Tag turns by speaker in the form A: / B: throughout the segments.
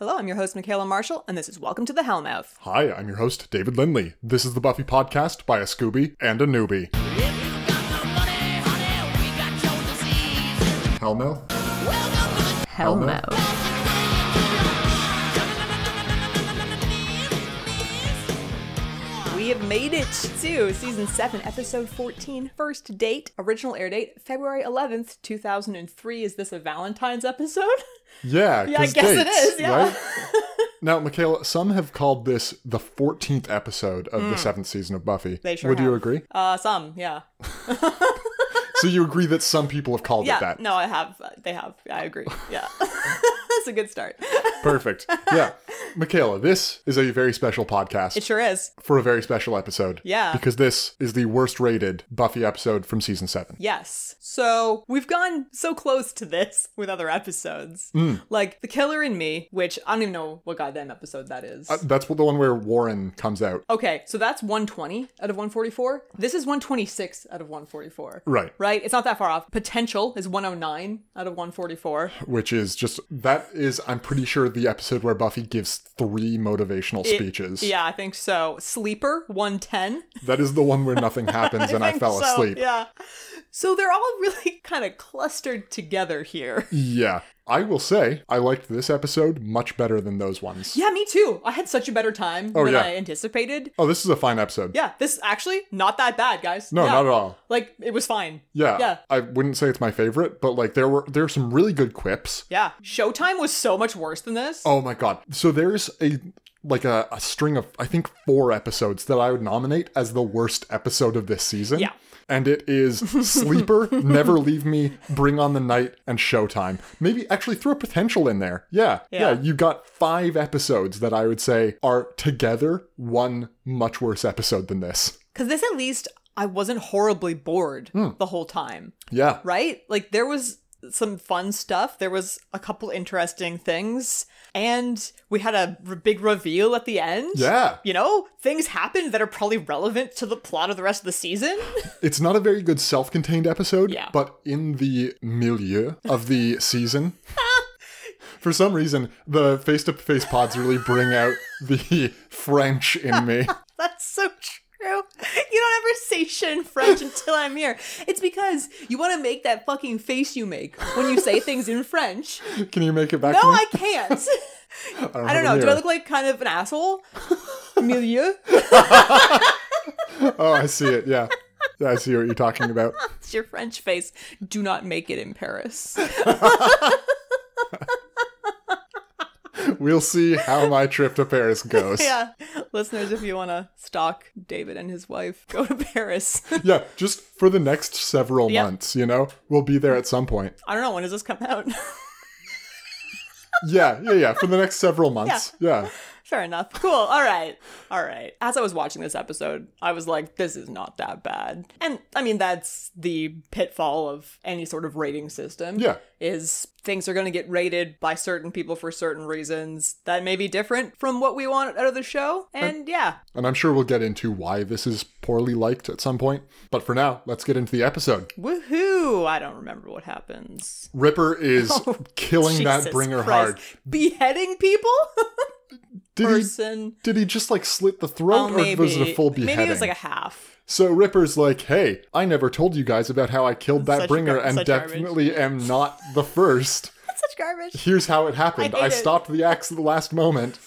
A: Hello, I'm your host, Michaela Marshall, and this is Welcome to the Hellmouth.
B: Hi, I'm your host, David Lindley. This is the Buffy podcast by a Scooby and a newbie.
C: If you've got no money, honey, we got your disease.
B: Hellmouth?
C: Welcome to the
B: Hellmouth.
A: We have made it to season 7, episode 14, first date, original air date, February 11th, 2003. Is this a Valentine's episode?
B: Yeah,
A: Yeah, I
B: 'cause
A: guess it
B: dates,
A: is, yeah.
B: Right? now, Michaela, some have called this the 14th episode of the seventh season of Buffy.
A: Mm. They sure
B: Would you
A: have.
B: agree?
A: Uh, some, yeah.
B: so you agree that some people have called
A: Yeah,
B: it that?
A: no, I have. uh, They have. I agree. Yeah. That's a good start.
B: Perfect. Yeah. Michaela, this is a very special podcast
A: It sure is.
B: for a very special episode.
A: Yeah.
B: Because this is the worst rated Buffy episode from season seven.
A: Yes. So we've gone so close to this with other episodes.
B: Hmm.
A: Like The Killer in Me, which I don't even know what goddamn episode that is.
B: Uh, That's the one where Warren comes out.
A: Okay, so that's 120 out of 144. This is 126 out of 144.
B: Right.
A: Right? It's not that far off. Potential is 109 out of 144.
B: which is just that is I'm pretty sure the episode where Buffy gives three motivational speeches.
A: Yeah, I think so. Sleeper, 110.
B: That is the one where nothing happens and I,
A: think
B: fell
A: so,
B: asleep.
A: Yeah. So they're all really kind of clustered together here.
B: Yeah. I will say I liked this episode much better than those ones.
A: Yeah, me too. I had such a better time than
B: Oh, yeah.
A: I anticipated.
B: Oh, this is a fine episode.
A: Yeah, this is actually not that bad, guys.
B: No,
A: Yeah.
B: not at all.
A: Like, it was fine.
B: Yeah.
A: Yeah.
B: I wouldn't say it's my favorite, but like there were there are some really good quips.
A: Yeah. Showtime was so much worse than this.
B: Oh my god. So there's a like a, a string of I think four episodes that I would nominate as the worst episode of this season.
A: Yeah.
B: And it is Sleeper, Never Leave Me, Bring On the Night, and Showtime. Maybe actually throw potential in there. Yeah.
A: Yeah.
B: You got five episodes that I would say are together one much worse episode than this.
A: Because this, at least, I wasn't horribly bored
B: Hmm.
A: the whole time,
B: Yeah.
A: right? Like, there was some fun stuff, there was a couple interesting things, and we had a r- big reveal at the end.
B: Yeah.
A: You know, things happened that are probably relevant to the plot of the rest of the season.
B: It's not a very good self contained episode,
A: Yeah.
B: but in the milieu of the season, for some reason, the face to face pods really bring out the French in me.
A: That's so true. You don't ever say shit in French until I'm here. It's because you want to make that fucking face you make when you say things in French.
B: Can you make it back
A: No,
B: to me?
A: I can't. I don't know.
B: have a
A: Do I
B: mirror.
A: look like kind of an asshole? Milieu?
B: Oh, I see it. Yeah. Yeah, I see what you're talking about.
A: It's your French face. Do not make it in Paris.
B: We'll see how my trip to Paris goes.
A: yeah. Listeners, if you want to stalk David and his wife, go to Paris.
B: Yeah, just for the next several
A: Yeah.
B: months, you know? We'll be there at some point.
A: I don't know. When does this come out?
B: Yeah, yeah, yeah. For the next several months. yeah.
A: Fair enough. Cool. All right. All right. As I was watching this episode, I was like, this is not that bad. And I mean, that's the pitfall of any sort of rating system.
B: Yeah.
A: Is things are going to get rated by certain people for certain reasons that may be different from what we want out of the show. And yeah.
B: And I'm sure we'll get into why this is poorly liked at some point. But for now, let's get into the episode.
A: Woohoo. I don't remember what happens.
B: Ripper is killing
A: Oh,
B: that
A: Jesus
B: bringer
A: Christ.
B: hard.
A: Beheading people?
B: Did he,
A: Person.
B: did he just like slit the throat
A: Oh,
B: or
A: maybe.
B: was it a full beheading?
A: Maybe it was like a half.
B: so Ripper's like, hey, I never told you guys about how I killed that
A: Such
B: bringer
A: gar-
B: and
A: such garbage."
B: definitely am not the first.
A: Such garbage.
B: Here's how it happened.
A: I
B: I,
A: hate it.
B: stopped the axe at the last moment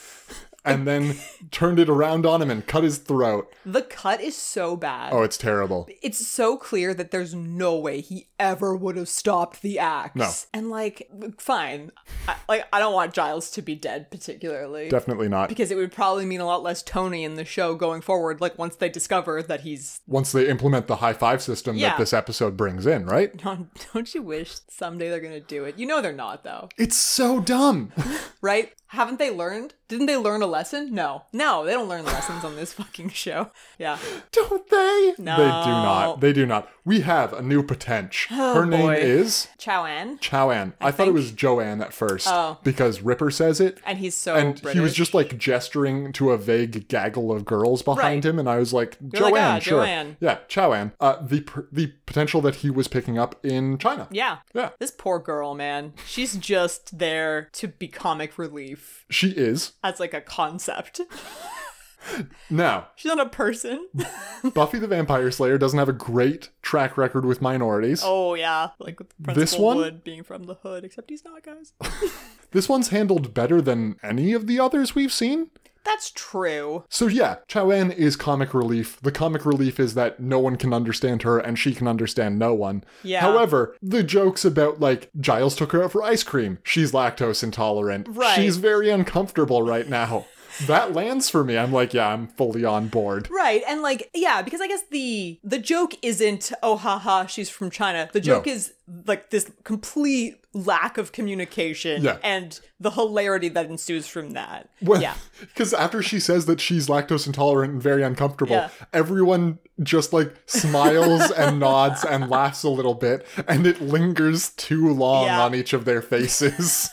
B: and then turned it around on him and cut his throat.
A: The cut is so bad.
B: Oh, it's terrible.
A: it's so clear that there's no way he ever would have stopped the axe.
B: No.
A: And like, fine. I, like, I don't want Giles to be dead particularly.
B: Definitely not.
A: because it would probably mean a lot less Tony in the show going forward, like once they discover that he's.
B: Once they implement the high five system
A: Yeah.
B: that this episode brings in, right?
A: Don't you wish someday they're gonna do it? You know they're not, though,
B: It's so dumb.
A: right? Haven't they learned? Didn't they learn a lesson? No. No, they don't learn lessons on this fucking show. Yeah.
B: Don't they?
A: No. Oh,
B: They do not. They do not. We have a new potential. Her name
A: boy.
B: is
A: Chow Ann.
B: Chowan. I, thought it was Joanne at first
A: Oh.
B: because Ripper says it.
A: And he's so
B: And
A: British.
B: he was just like gesturing to a vague gaggle of girls
A: Right.
B: behind him, and I was like,
A: like,
B: Joanne,
A: "Ah,
B: sure,
A: Joanne."
B: yeah, Chowan. Uh, the pr- the potential that he was picking up in China.
A: Yeah.
B: Yeah.
A: This poor girl, man. She's just there to be comic relief. thief
B: She is.
A: as like a concept.
B: Now,
A: She's not a person.
B: Buffy the Vampire Slayer doesn't have a great track record with minorities.
A: Oh yeah, like with Principal
B: This one?
A: Wood being from the hood, except he's not, guys.
B: This one's handled better than any of the others we've seen.
A: That's true.
B: So yeah, Chao En is comic relief. The comic relief is that no one can understand her and she can understand no one.
A: Yeah.
B: However, the jokes about like Giles took her out for ice cream. She's lactose intolerant.
A: Right.
B: She's very uncomfortable right now. That lands for me. I'm like, yeah, I'm fully on board.
A: Right, and like yeah, because I guess the the joke isn't oh ha ha she's from China. The joke
B: No.
A: is like this complete lack of communication
B: Yeah.
A: and the hilarity that ensues from that. yeah.
B: Because after she says that she's lactose intolerant and very uncomfortable,
A: Yeah.
B: everyone just like smiles and nods and laughs a little bit, and it lingers too long
A: Yeah.
B: on each of their faces.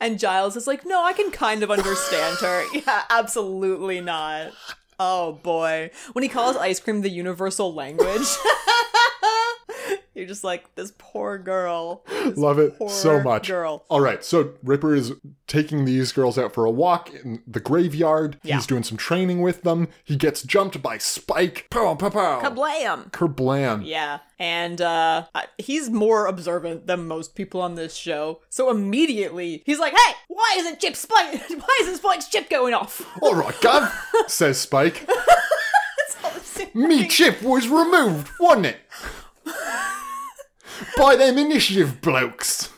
A: And Giles is like, "No, I can kind of understand her." yeah, absolutely not. Oh boy. When he calls ice cream the universal language, you're just like this poor girl. This
B: Love it
A: poor
B: so much.
A: Girl.
B: All right, so Ripper is taking these girls out for a walk in the graveyard.
A: Yeah.
B: He's doing some training with them. He gets jumped by Spike. Pow, pow, pow.
A: Kablam.
B: Kerblam.
A: Yeah. And uh I- he's more observant than most people on this show. So immediately he's like, "Hey, why isn't Chip Spike? Why isn't Spike's chip going off?"
B: All right, Gov, says Spike. Me chip was removed, wasn't it? By them initiative blokes.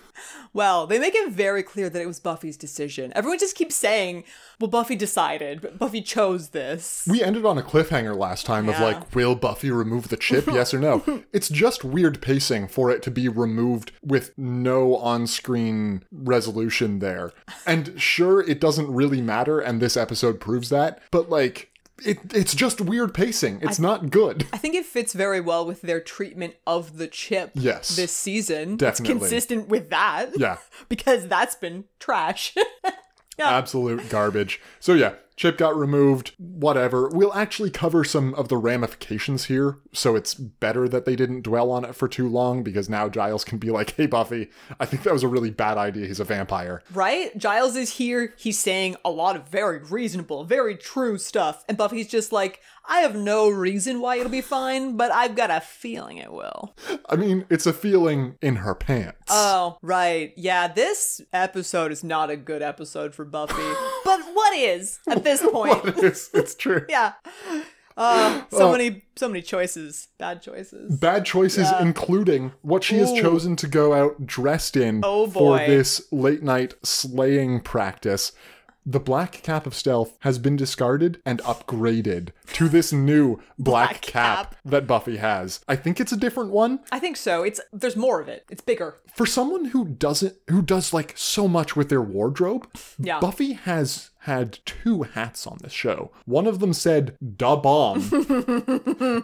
A: Well, they make it very clear that it was Buffy's decision. Everyone just keeps saying, well, Buffy decided, but Buffy chose this.
B: We ended on a cliffhanger last time of
A: Yeah.
B: like, will Buffy remove the chip? yes or no? It's just weird pacing for it to be removed with no on screen resolution there. And sure, it doesn't really matter, and this episode proves that, but like, it, it's just weird pacing. It's not good.
A: I think it fits very well with their treatment of the chip
B: Yes.
A: this season.
B: Definitely.
A: It's consistent with that.
B: Yeah.
A: Because that's been trash.
B: absolute garbage. So yeah, Chip got removed, whatever. We'll actually cover some of the ramifications here, so it's better that they didn't dwell on it for too long because now Giles can be like, "Hey Buffy, I think that was a really bad idea. He's a vampire."
A: right? Giles is here. He's saying a lot of very reasonable, very true stuff. And Buffy's just like, I have no reason why it'll be fine, but I've got a feeling it will.
B: I mean, it's a feeling in her pants.
A: Oh, right. Yeah, this episode is not a good episode for Buffy. but what is at this point?
B: it's, it's true.
A: yeah. Uh,
B: Oh.
A: so many so many choices, bad choices.
B: Bad choices, including what she has
A: Ooh.
B: chosen to go out dressed in
A: Oh,
B: for
A: boy.
B: this late night slaying practice. The black cap of stealth has been discarded and upgraded to this new black,
A: Black
B: cap,
A: cap.
B: that Buffy has. I think it's a different one.
A: I think so. It's there's more of it. It's bigger.
B: For someone who doesn't who does like so much with their wardrobe,
A: Yeah.
B: Buffy has had two hats on this show. One of them said da bomb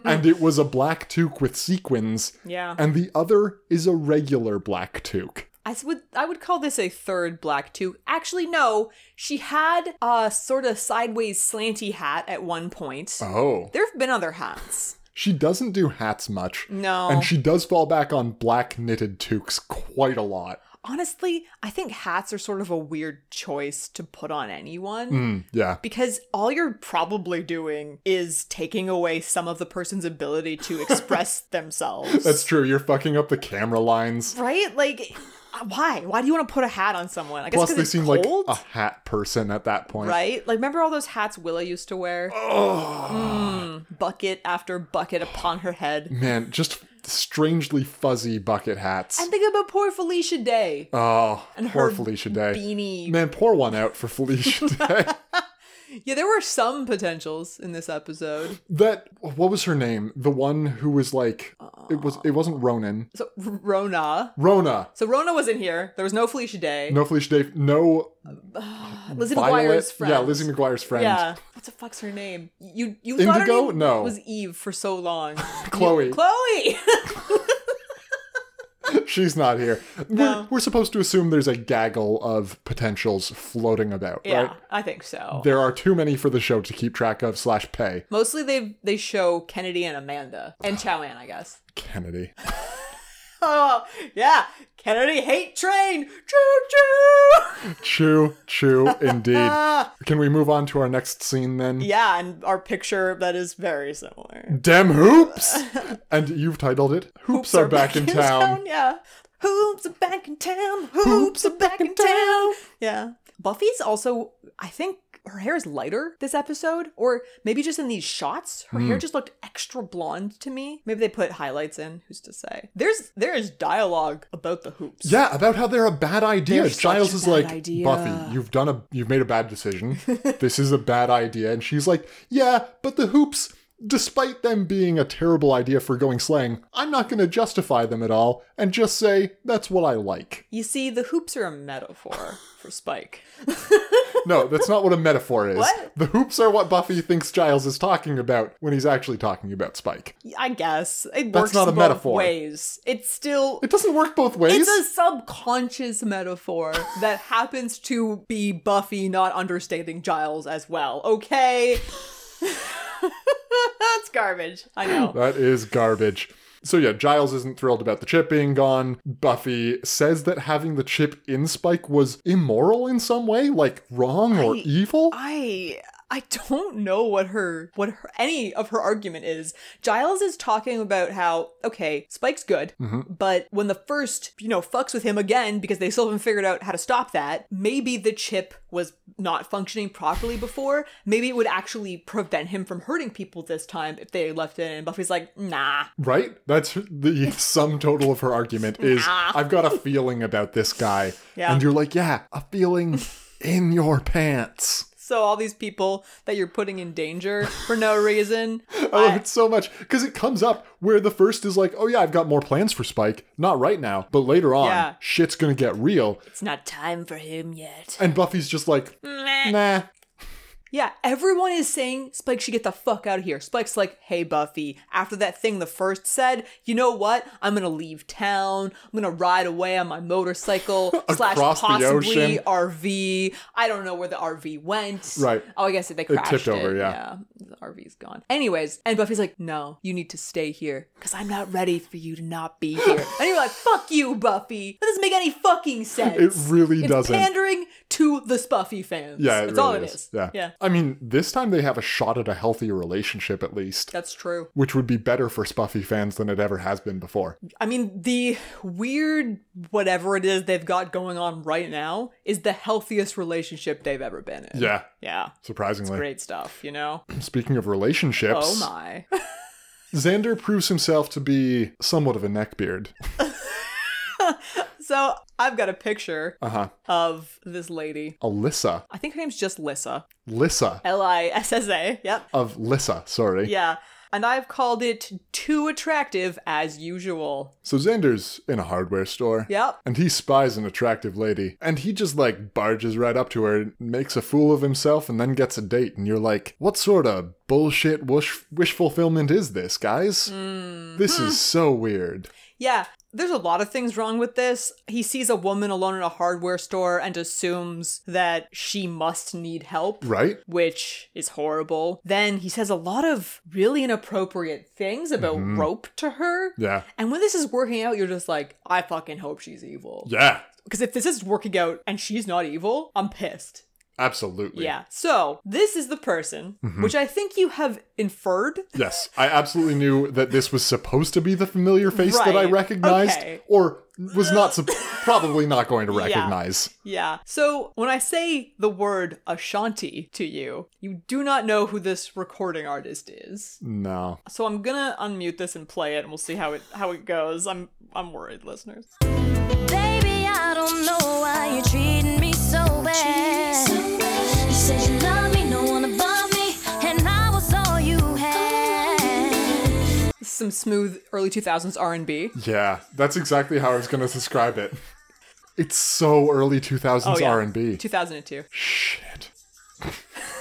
B: and it was a black toque with sequins.
A: Yeah.
B: And the other is a regular black toque.
A: I s- would I would call this a third black too. Actually, no. She had a sort of sideways slanty hat at one point.
B: Oh.
A: There have been other hats.
B: She doesn't do hats much.
A: No.
B: And she does fall back on black knitted toques quite a lot.
A: Honestly, I think hats are sort of a weird choice to put on anyone.
B: Hmm, yeah.
A: because all you're probably doing is taking away some of the person's ability to express themselves.
B: That's true. You're fucking up the camera lines.
A: right? Like, uh, why? Why do you want to put a hat on someone? I guess
B: Plus,
A: 'cause
B: they
A: it's
B: seem
A: cold,
B: like a hat person at that point.
A: right? Like, remember all those hats Willa used to wear? Mm, Bucket after bucket upon her head.
B: Man, just strangely fuzzy bucket hats.
A: And think about poor Felicia Day.
B: oh,
A: and her
B: poor Felicia Day.
A: beanie.
B: Man, pour one out for Felicia Day.
A: Yeah, there were some potentials in this episode.
B: that what was her name? The one who was like it was it wasn't Ronan.
A: So R- Rona.
B: Rona.
A: So Rona was in here. There was no Felicia Day.
B: No Felicia Day. No
A: Lizzie
B: Violet.
A: McGuire's friend.
B: Yeah, Lizzie McGuire's friend.
A: Yeah. What the fuck's her name? You you thought her
B: Indigo?
A: name
B: No.
A: was Eve for so long.
B: Chloe.
A: Chloe.
B: She's not here. We're,
A: No.
B: we're supposed to assume there's a gaggle of potentials floating about,
A: yeah,
B: right?
A: I think so.
B: There are too many for the show to keep track of slash pay.
A: Mostly they they show Kennedy and Amanda and Chowan, I guess.
B: Kennedy.
A: Oh, yeah. Kennedy hate train. Choo choo.
B: Chew, chew, indeed. Can we move on to our next scene then?
A: Yeah, and our picture that is very similar.
B: Dem hoops! and you've titled it Hoops, are, back, in town.
A: Yeah. Hoops are back in town. Hoops, are back in town. Yeah. Buffy's also, I think her hair is lighter this episode, or maybe just in these shots. Her
B: Hmm.
A: hair just looked extra blonde to me. Maybe they put highlights in. Who's to say? There's there is dialogue about the hoops.
B: Yeah, about how they're a bad idea.
A: They're such
B: Giles
A: a
B: is
A: bad
B: like,
A: idea.
B: Buffy, you've done a you've made a bad decision. this is a bad idea. And she's like, Yeah, but the hoops, despite them being a terrible idea for going slaying, I'm not gonna justify them at all and just say, that's what I like.
A: You see, the hoops are a metaphor for Spike.
B: No, that's not what a metaphor is.
A: What?
B: The hoops are what Buffy thinks Giles is talking about when he's actually talking about Spike.
A: I guess it
B: That's
A: works
B: not a
A: both
B: metaphor.
A: ways. It's still
B: It doesn't work both ways.
A: It's a subconscious metaphor that happens to be Buffy not understanding Giles as well. Okay. That's garbage. I know.
B: That is garbage. So yeah, Giles isn't thrilled about the chip being gone. Buffy says that having the chip in Spike was immoral in some way, like wrong or
A: I-
B: evil.
A: I I don't know what her what her, any of her argument is. Giles is talking about how okay, Spike's good, but when the first you know fucks with him again because they still haven't figured out how to stop that, maybe the chip was not functioning properly before. Maybe it would actually prevent him from hurting people this time if they left it. in. And Buffy's like, nah,
B: right? That's the sum total of her argument is
A: Nah.
B: I've got a feeling about this guy.
A: Yeah.
B: And you're like, yeah, a feeling in your pants.
A: So all these people that you're putting in danger for no reason.
B: I love it Oh, so much because it comes up where the first is like, oh yeah, I've got more plans for Spike. Not right now, but later on,
A: Yeah.
B: shit's gonna get real.
A: It's not time for him yet.
B: And Buffy's just like, nah,
A: Yeah, everyone is saying Spike should get the fuck out of here. Spike's like, hey, Buffy, after that thing the first said, you know what? I'm gonna leave town. I'm gonna ride away on my motorcycle slash
B: Across the
A: possibly
B: ocean.
A: RV. I don't know where the RV went.
B: Right.
A: Oh, I guess they crashed
B: tipped over, yeah.
A: The RV's gone. Anyways, and Buffy's like, no, you need to stay here because I'm not ready for you to not be here. and you're like, fuck you, Buffy. That doesn't make any fucking sense.
B: It really
A: It's
B: doesn't.
A: pandering to the Spuffy fans.
B: Yeah, it
A: That's
B: really
A: all it
B: is.
A: is.
B: Yeah.
A: Yeah.
B: I mean, this time they have a shot at a healthy relationship at least,
A: That's true.
B: which would be better for Spuffy fans than it ever has been before.
A: I mean, the weird whatever it is they've got going on right now is the healthiest relationship they've ever been in.
B: Yeah,
A: Yeah.
B: surprisingly.
A: Great stuff, you know?
B: Speaking of relationships,
A: Oh my.
B: Xander proves himself to be somewhat of a neckbeard.
A: So I've got a picture
B: Uh-huh.
A: of this lady.
B: Alyssa,
A: I think her name's just Lissa.
B: Lissa
A: L I S S A. Yep.
B: of Lissa, sorry.
A: Yeah. And I've called it too attractive as usual.
B: So Xander's in a hardware store.
A: Yep.
B: And he spies an attractive lady, and he just like barges right up to her, and makes a fool of himself, and then gets a date. And you're like, what sort of bullshit wish, wish fulfillment is this, guys?
A: Mm-hmm.
B: This is so weird.
A: Yeah, there's a lot of things wrong with this. He sees a woman alone in a hardware store and assumes that she must need help.
B: Right?
A: which is horrible. Then he says a lot of really inappropriate things about rope to her.
B: Mm-hmm. Yeah.
A: And when this is working out, you're just like, I fucking hope she's evil.
B: Yeah.
A: Because if this is working out and she's not evil, I'm pissed.
B: Absolutely.
A: Yeah. So this is the person,
B: Mm-hmm.
A: which I think you have inferred.
B: Yes. I absolutely knew that this was supposed to be the familiar face that I
A: Right.
B: recognized,
A: Okay.
B: or was not, sup- probably not going to recognize.
A: Yeah. So when I say the word Ashanti to you, you do not know who this recording artist is.
B: No.
A: So I'm gonna unmute this and play it, and we'll see how it how it goes. I'm I'm worried, listeners.
D: Baby, I don't know why you're treating me so bad. You said you love me, no one above me, and I was all you had.
A: some smooth early 2000s R&B.
B: Yeah, that's exactly how I was going to describe it. It's so early 2000s
A: Oh, yeah.
B: R&B.
A: 2002.
B: Shit.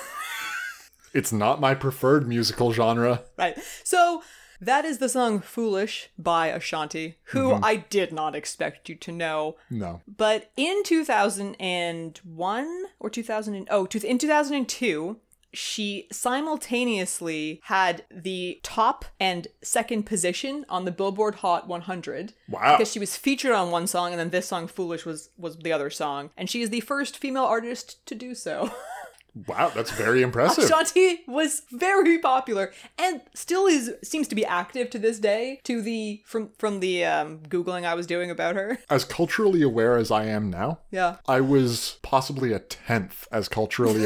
B: it's not my preferred musical genre.
A: Right. So that is the song Foolish by Ashanti, who I did not expect you to know.
B: No.
A: But in 2001 or 2000 and, oh, two- in 2002, she simultaneously had the top and second position on the Billboard Hot 100.
B: Wow.
A: Because she was featured on one song, and then this song, Foolish, was, was the other song. And she is the first female artist to do so.
B: Wow, that's very impressive.
A: Shanti was very popular and still is seems to be active to this day. To the from from the um, googling I was doing about her.
B: As culturally aware as I am now,
A: Yeah,
B: I was possibly a tenth as culturally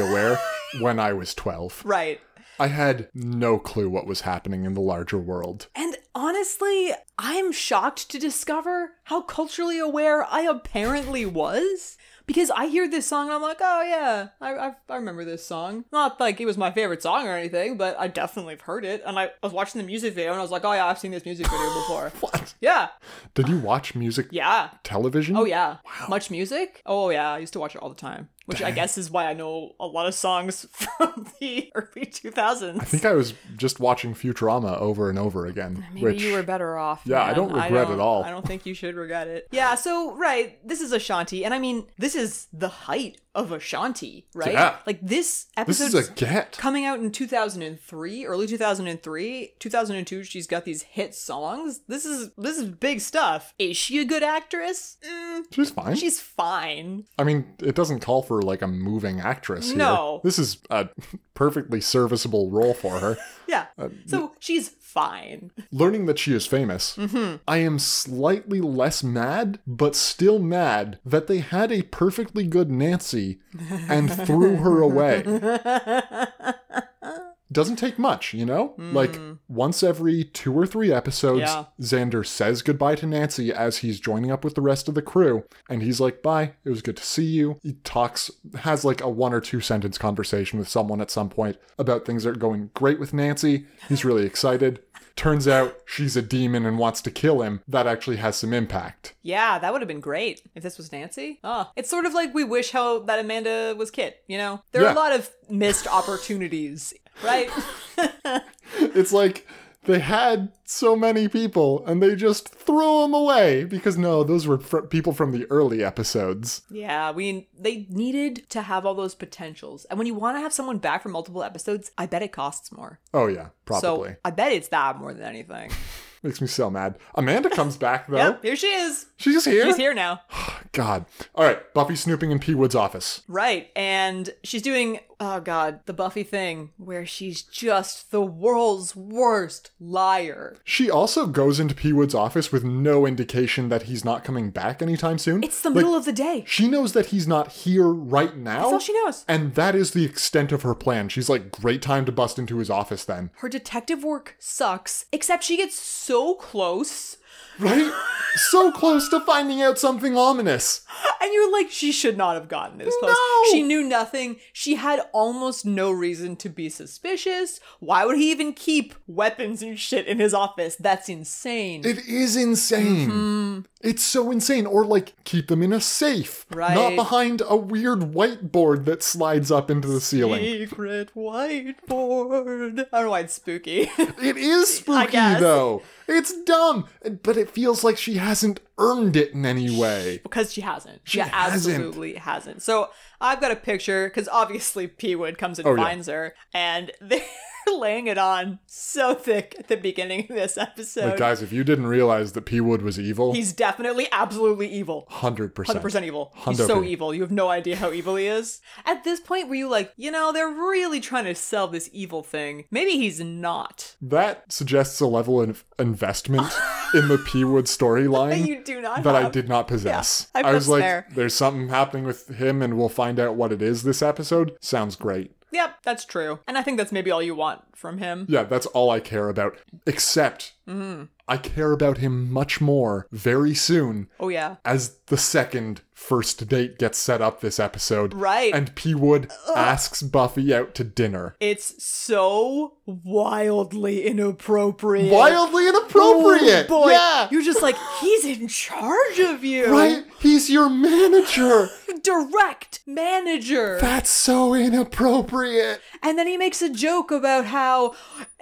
B: aware when I was 12.
A: right.
B: I had no clue what was happening in the larger world.
A: And honestly, I'm shocked to discover how culturally aware I apparently was. Because I hear this song and I'm like, oh yeah, I, I, I remember this song. Not like it was my favorite song or anything, but I definitely have heard it. And I, I was watching the music video and I was like, oh yeah, I've seen this music video before.
B: What?
A: yeah,
B: Did you watch music
A: yeah.
B: television?
A: Oh yeah. Much music? Oh yeah, I used to watch it all the time. Which I guess is why I know a lot of songs from the early 2000s.
B: I think I was just watching Futurama over and over again.
A: Maybe
B: which
A: you were better off.
B: Yeah, I
A: man.
B: don't regret it
A: don't-
B: all.
A: I don't think you should regret it. Yeah, so right, this is Ashanti, and I mean, this is the height of Ashanti, right?
B: Yeah.
A: Like this
B: this
A: episode
B: is a get.
A: coming out in 2003, early 2003, 2002. She's got these hit songs. This is this is big stuff. Is she a good actress? Mm,
B: She's fine.
A: she's fine.
B: I mean, it doesn't call for like a moving actress here.
A: No.
B: This is a perfectly serviceable role for her.
A: Yeah.
B: Uh,
A: so she's fine.
B: Learning that she is famous,
A: Mm-hmm.
B: I am slightly less mad, but still mad that they had a perfectly good Nancy and threw her away. Doesn't take much, you know? Like, once every two or three episodes,
A: Yeah.
B: Xander says goodbye to Nancy as he's joining up with the rest of the crew. And he's like, bye, it was good to see you. He talks, has like a one or two sentence conversation with someone at some point about things that are going great with Nancy. He's really excited. Turns out she's a demon and wants to kill him. That actually has some impact.
A: Yeah, that would have been great if this was Nancy. Ah, it's sort of like we wish how that Amanda was Kit. You know, there are a
B: Yeah.
A: lot of missed opportunities, right?
B: It's like they had so many people and they just threw them away because no, those were fr- people from the early episodes.
A: yeah, we they needed to have all those potentials, and when you want to have someone back for multiple episodes, I bet it costs more.
B: Oh, yeah, probably.
A: So I bet it's that more than anything.
B: Makes me so mad. Amanda comes back though.
A: Yep, here she is.
B: She's here.
A: She's here now.
B: God. All right. Buffy snooping in P. Wood's office.
A: Right. And she's doing, oh God, the Buffy thing where she's just the world's worst liar.
B: She also goes into P. Wood's office with no indication that he's not coming back anytime soon.
A: It's the
B: Like,
A: middle of the day.
B: She knows that he's not here right now.
A: That's all she knows.
B: And that is the extent of her plan. She's like, great time to bust into his office then.
A: Her detective work sucks, except she gets so close,
B: Right? so close to finding out something ominous.
A: and you're like, she should not have gotten this close.
B: No!
A: She knew nothing. She had almost no reason to be suspicious. Why would he even keep weapons and shit in his office? That's insane.
B: It is insane.
A: Mm-hmm.
B: It's so insane. Or like, keep them in a safe. Not
A: Right.
B: behind a weird whiteboard that slides up into the ceiling.
A: Secret whiteboard. I don't know why it's spooky.
B: It is spooky
A: guess.
B: though. It's dumb, but it feels like she hasn't earned it in any way.
A: because she hasn't. She,
B: hasn't.
A: absolutely hasn't. So I've got a picture because obviously P Wood comes and
B: Oh, yeah.
A: finds her, and they're laying it on so thick at the beginning of this episode.
B: But guys, if you didn't realize that P Wood was evil,
A: He's definitely absolutely evil.
B: 100%.
A: 100% evil. He's
B: Hundo
A: so
B: P.
A: evil. You have no idea how evil he is. At this point, were you like, you know, they're really trying to sell this evil thing. Maybe he's not.
B: That suggests a level of investment in the P Wood
A: That
B: storyline
A: you do not
B: that I
A: have.
B: did not possess.
A: Yeah, I-
B: I was
A: that's
B: like,
A: fair.
B: there's something happening with him, and we'll find out what it is this episode. Sounds great.
A: Yep, that's true. And I think that's maybe all you want from him.
B: Yeah, that's all I care about. Except,
A: Mm-hmm.
B: I care about him much more very soon
A: Oh, yeah.
B: as the second first date gets set up this episode.
A: Right.
B: And P. Wood asks Buffy out to dinner.
A: It's so wildly inappropriate.
B: Wildly inappropriate!
A: Oh, boy.
B: Yeah!
A: You're just like, he's in charge of you.
B: right? He's your manager!
A: Direct manager.
B: That's so inappropriate!
A: And then he makes a joke about how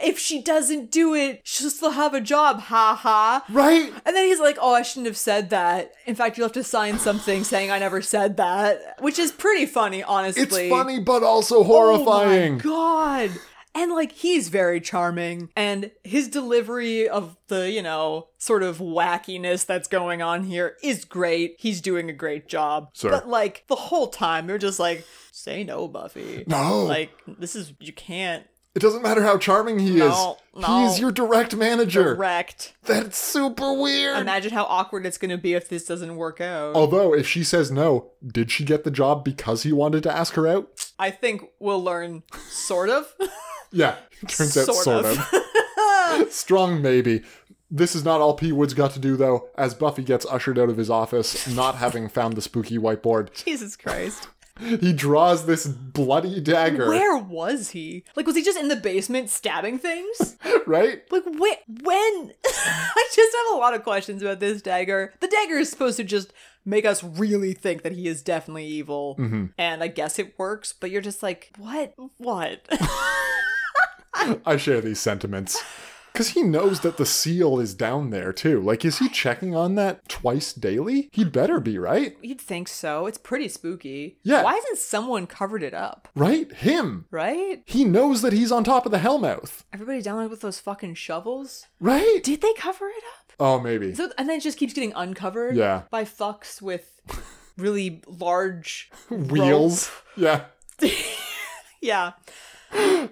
A: if she doesn't do it, she'll still have a job, ha ha.
B: Right?
A: And then he's like, "Oh, I shouldn't have said that. In fact, you'll have to sign something saying I never said that," which is pretty funny, honestly.
B: It's funny, but also horrifying.
A: Oh my god. And like he's very charming and his delivery of the, you know, sort of wackiness that's going on here is great. He's doing a great job.
B: Sure.
A: But like the whole time you're just like say no, Buffy.
B: No.
A: Like this is you can't
B: it doesn't matter how charming he
A: No,
B: is.
A: no.
B: He's your direct manager.
A: direct.
B: That's super weird.
A: Imagine how awkward it's going to be if this doesn't work out.
B: Although, if she says no, did she get the job because he wanted to ask her out?
A: I think we'll learn sort of.
B: Yeah, it turns out
A: Sort
B: sort
A: of.
B: of. Strong maybe. This is not all P. Woods got to do, though, as Buffy gets ushered out of his office, not having found the spooky whiteboard.
A: Jesus Christ.
B: He draws this bloody dagger,
A: Where was he? Like was he just in the basement stabbing things?
B: right?
A: Like, wh- when? I just have a lot of questions about this dagger. The dagger is supposed to just make us really think that he is definitely evil.
B: Mm-hmm.
A: And I guess it works, but you're just like, what? What?
B: I share these sentiments. Because he knows that the seal is down there, too. Like, is he checking on that twice daily? He better be, right?
A: You'd think so. It's pretty spooky.
B: Yeah.
A: Why hasn't someone covered it up?
B: Right? Him.
A: Right?
B: He knows that he's on top of the Hellmouth,
A: Everybody down there with those fucking shovels?
B: right?
A: Did they cover it up?
B: Oh, maybe.
A: So, and then it just keeps getting uncovered
B: Yeah.
A: by fucks with really large
B: Wheels. Yeah.
A: Yeah.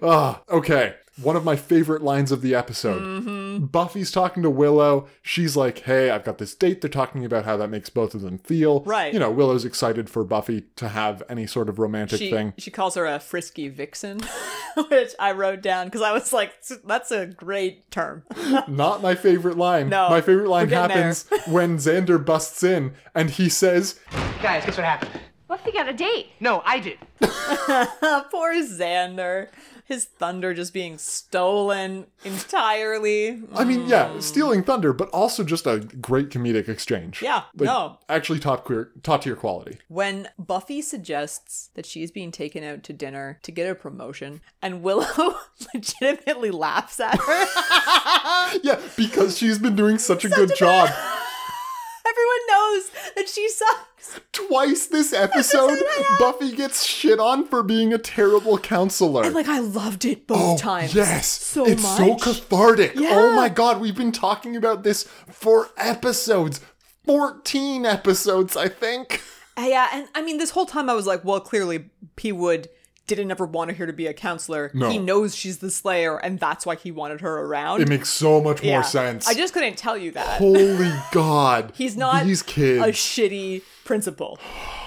B: Ah, okay. One of my favorite lines of the episode.
A: Mm-hmm.
B: Buffy's talking to Willow. She's like, hey, I've got this date. They're talking about how that makes both of them feel.
A: Right.
B: You know, Willow's excited for Buffy to have any sort of romantic
A: she,
B: thing.
A: She calls her a frisky vixen, which I wrote down because I was like, that's a great term.
B: Not my favorite line.
A: No,
B: My favorite line
A: we're getting
B: happens when Xander busts in and he says,
E: Guys, guess what happened?
F: Buffy got a date.
E: No, I did.
A: Poor Xander. His thunder just being stolen entirely.
B: I mean, yeah, stealing thunder, but also just a great comedic exchange.
A: Yeah,
B: Like,
A: no.
B: Actually, top queer, top tier quality.
A: When Buffy suggests that she's being taken out to dinner to get a promotion, and Willow legitimately laughs at her,
B: Yeah, because she's been doing such a good job.
A: everyone knows that she sucks.
B: Twice this episode, Buffy gets shit on for being a terrible counselor. Oh,
A: And like, I loved it both times.
B: Yes,
A: so
B: it's
A: much.
B: so cathartic. Oh
A: Yeah.
B: my god, we've been talking about this for episodes, fourteen episodes, I think.
A: Uh, Yeah, and I mean, this whole time I was like, well, clearly P. Wood didn't ever want her to be a counselor.
B: No.
A: He knows she's the Slayer, and that's why he wanted her around.
B: It makes so much
A: Yeah.
B: more sense.
A: I just couldn't tell you that.
B: holy god,
A: He's not
B: these
A: a
B: kids.
A: shitty principal.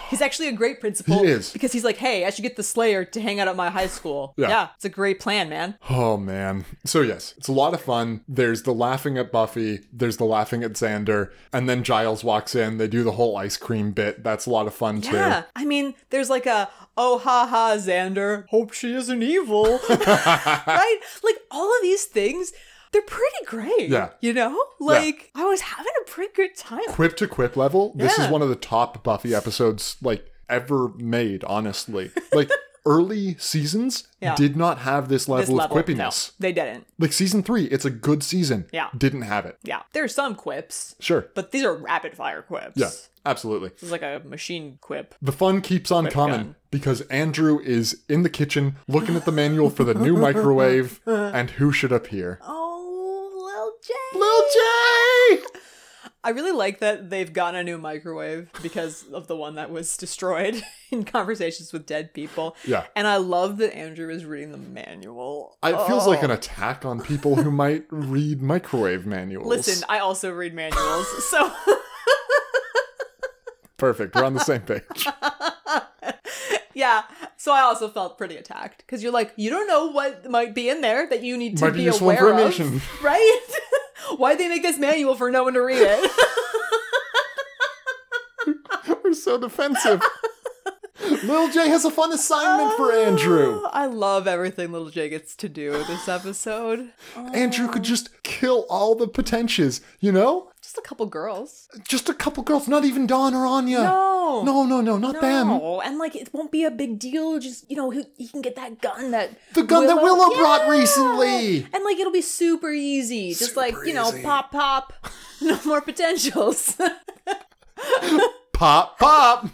A: He's actually a great principal.
B: He is.
A: Because he's like, hey, I should get the Slayer to hang out at my high school.
B: Yeah.
A: it's a great plan, man.
B: oh man. So yes, it's a lot of fun. There's the laughing at Buffy. There's the laughing at Xander, and then Giles walks in. They do the whole ice cream bit. That's a lot of fun too.
A: Yeah. I mean, there's like a, oh, ha ha, Xander, hope she isn't evil. right? Like, all of these things, they're pretty great.
B: Yeah.
A: You know? Like, I was having a pretty good time.
B: quip to quip level, this is
A: Yeah.
B: one of the top Buffy episodes like ever made, honestly. Like early seasons
A: Yeah.
B: did not have this
A: This
B: level of
A: level. No,
B: quippiness.
A: they didn't.
B: Like season 3, it's a good season.
A: Yeah.
B: Didn't have it.
A: Yeah. There's some quips,
B: Sure.
A: but these are rapid fire quips.
B: Yeah. Absolutely.
A: This is like a machine quip.
B: The fun keeps on coming
A: gun.
B: because Andrew is in the kitchen looking at the manual for the new microwave and who should appear?
A: Oh, Lil J.
B: Lil J!
A: I really like that they've gotten a new microwave because of the one that was destroyed in conversations with dead people.
B: Yeah.
A: And I love that Andrew is reading the manual.
B: It feels like
A: Oh.
B: an attack on people who might read microwave manuals.
A: Listen, I also read manuals, so
B: Perfect. We're on the same page.
A: yeah. So I also felt pretty attacked because you're like, you don't know what might be in there that you need to
B: Might be
A: be
B: useful
A: aware
B: information.
A: of, right? Why'd they make this manual for no one to read it?
B: We're so defensive. Lil J has a fun assignment for Andrew.
A: I love everything Little Jay gets to do this episode.
B: Andrew could just kill all the potentials, you know?
A: Just a couple girls.
B: Just a couple girls, not even Dawn or Anya.
A: No.
B: No, no, no, not them.
A: No, and like it won't be a big deal. Just you know, he, he can get that gun that
B: The gun that Willow brought recently.
A: and like it'll be super easy. Just
B: Super
A: like you know,
B: easy.
A: pop pop, no more potentials.
B: Pop, pop.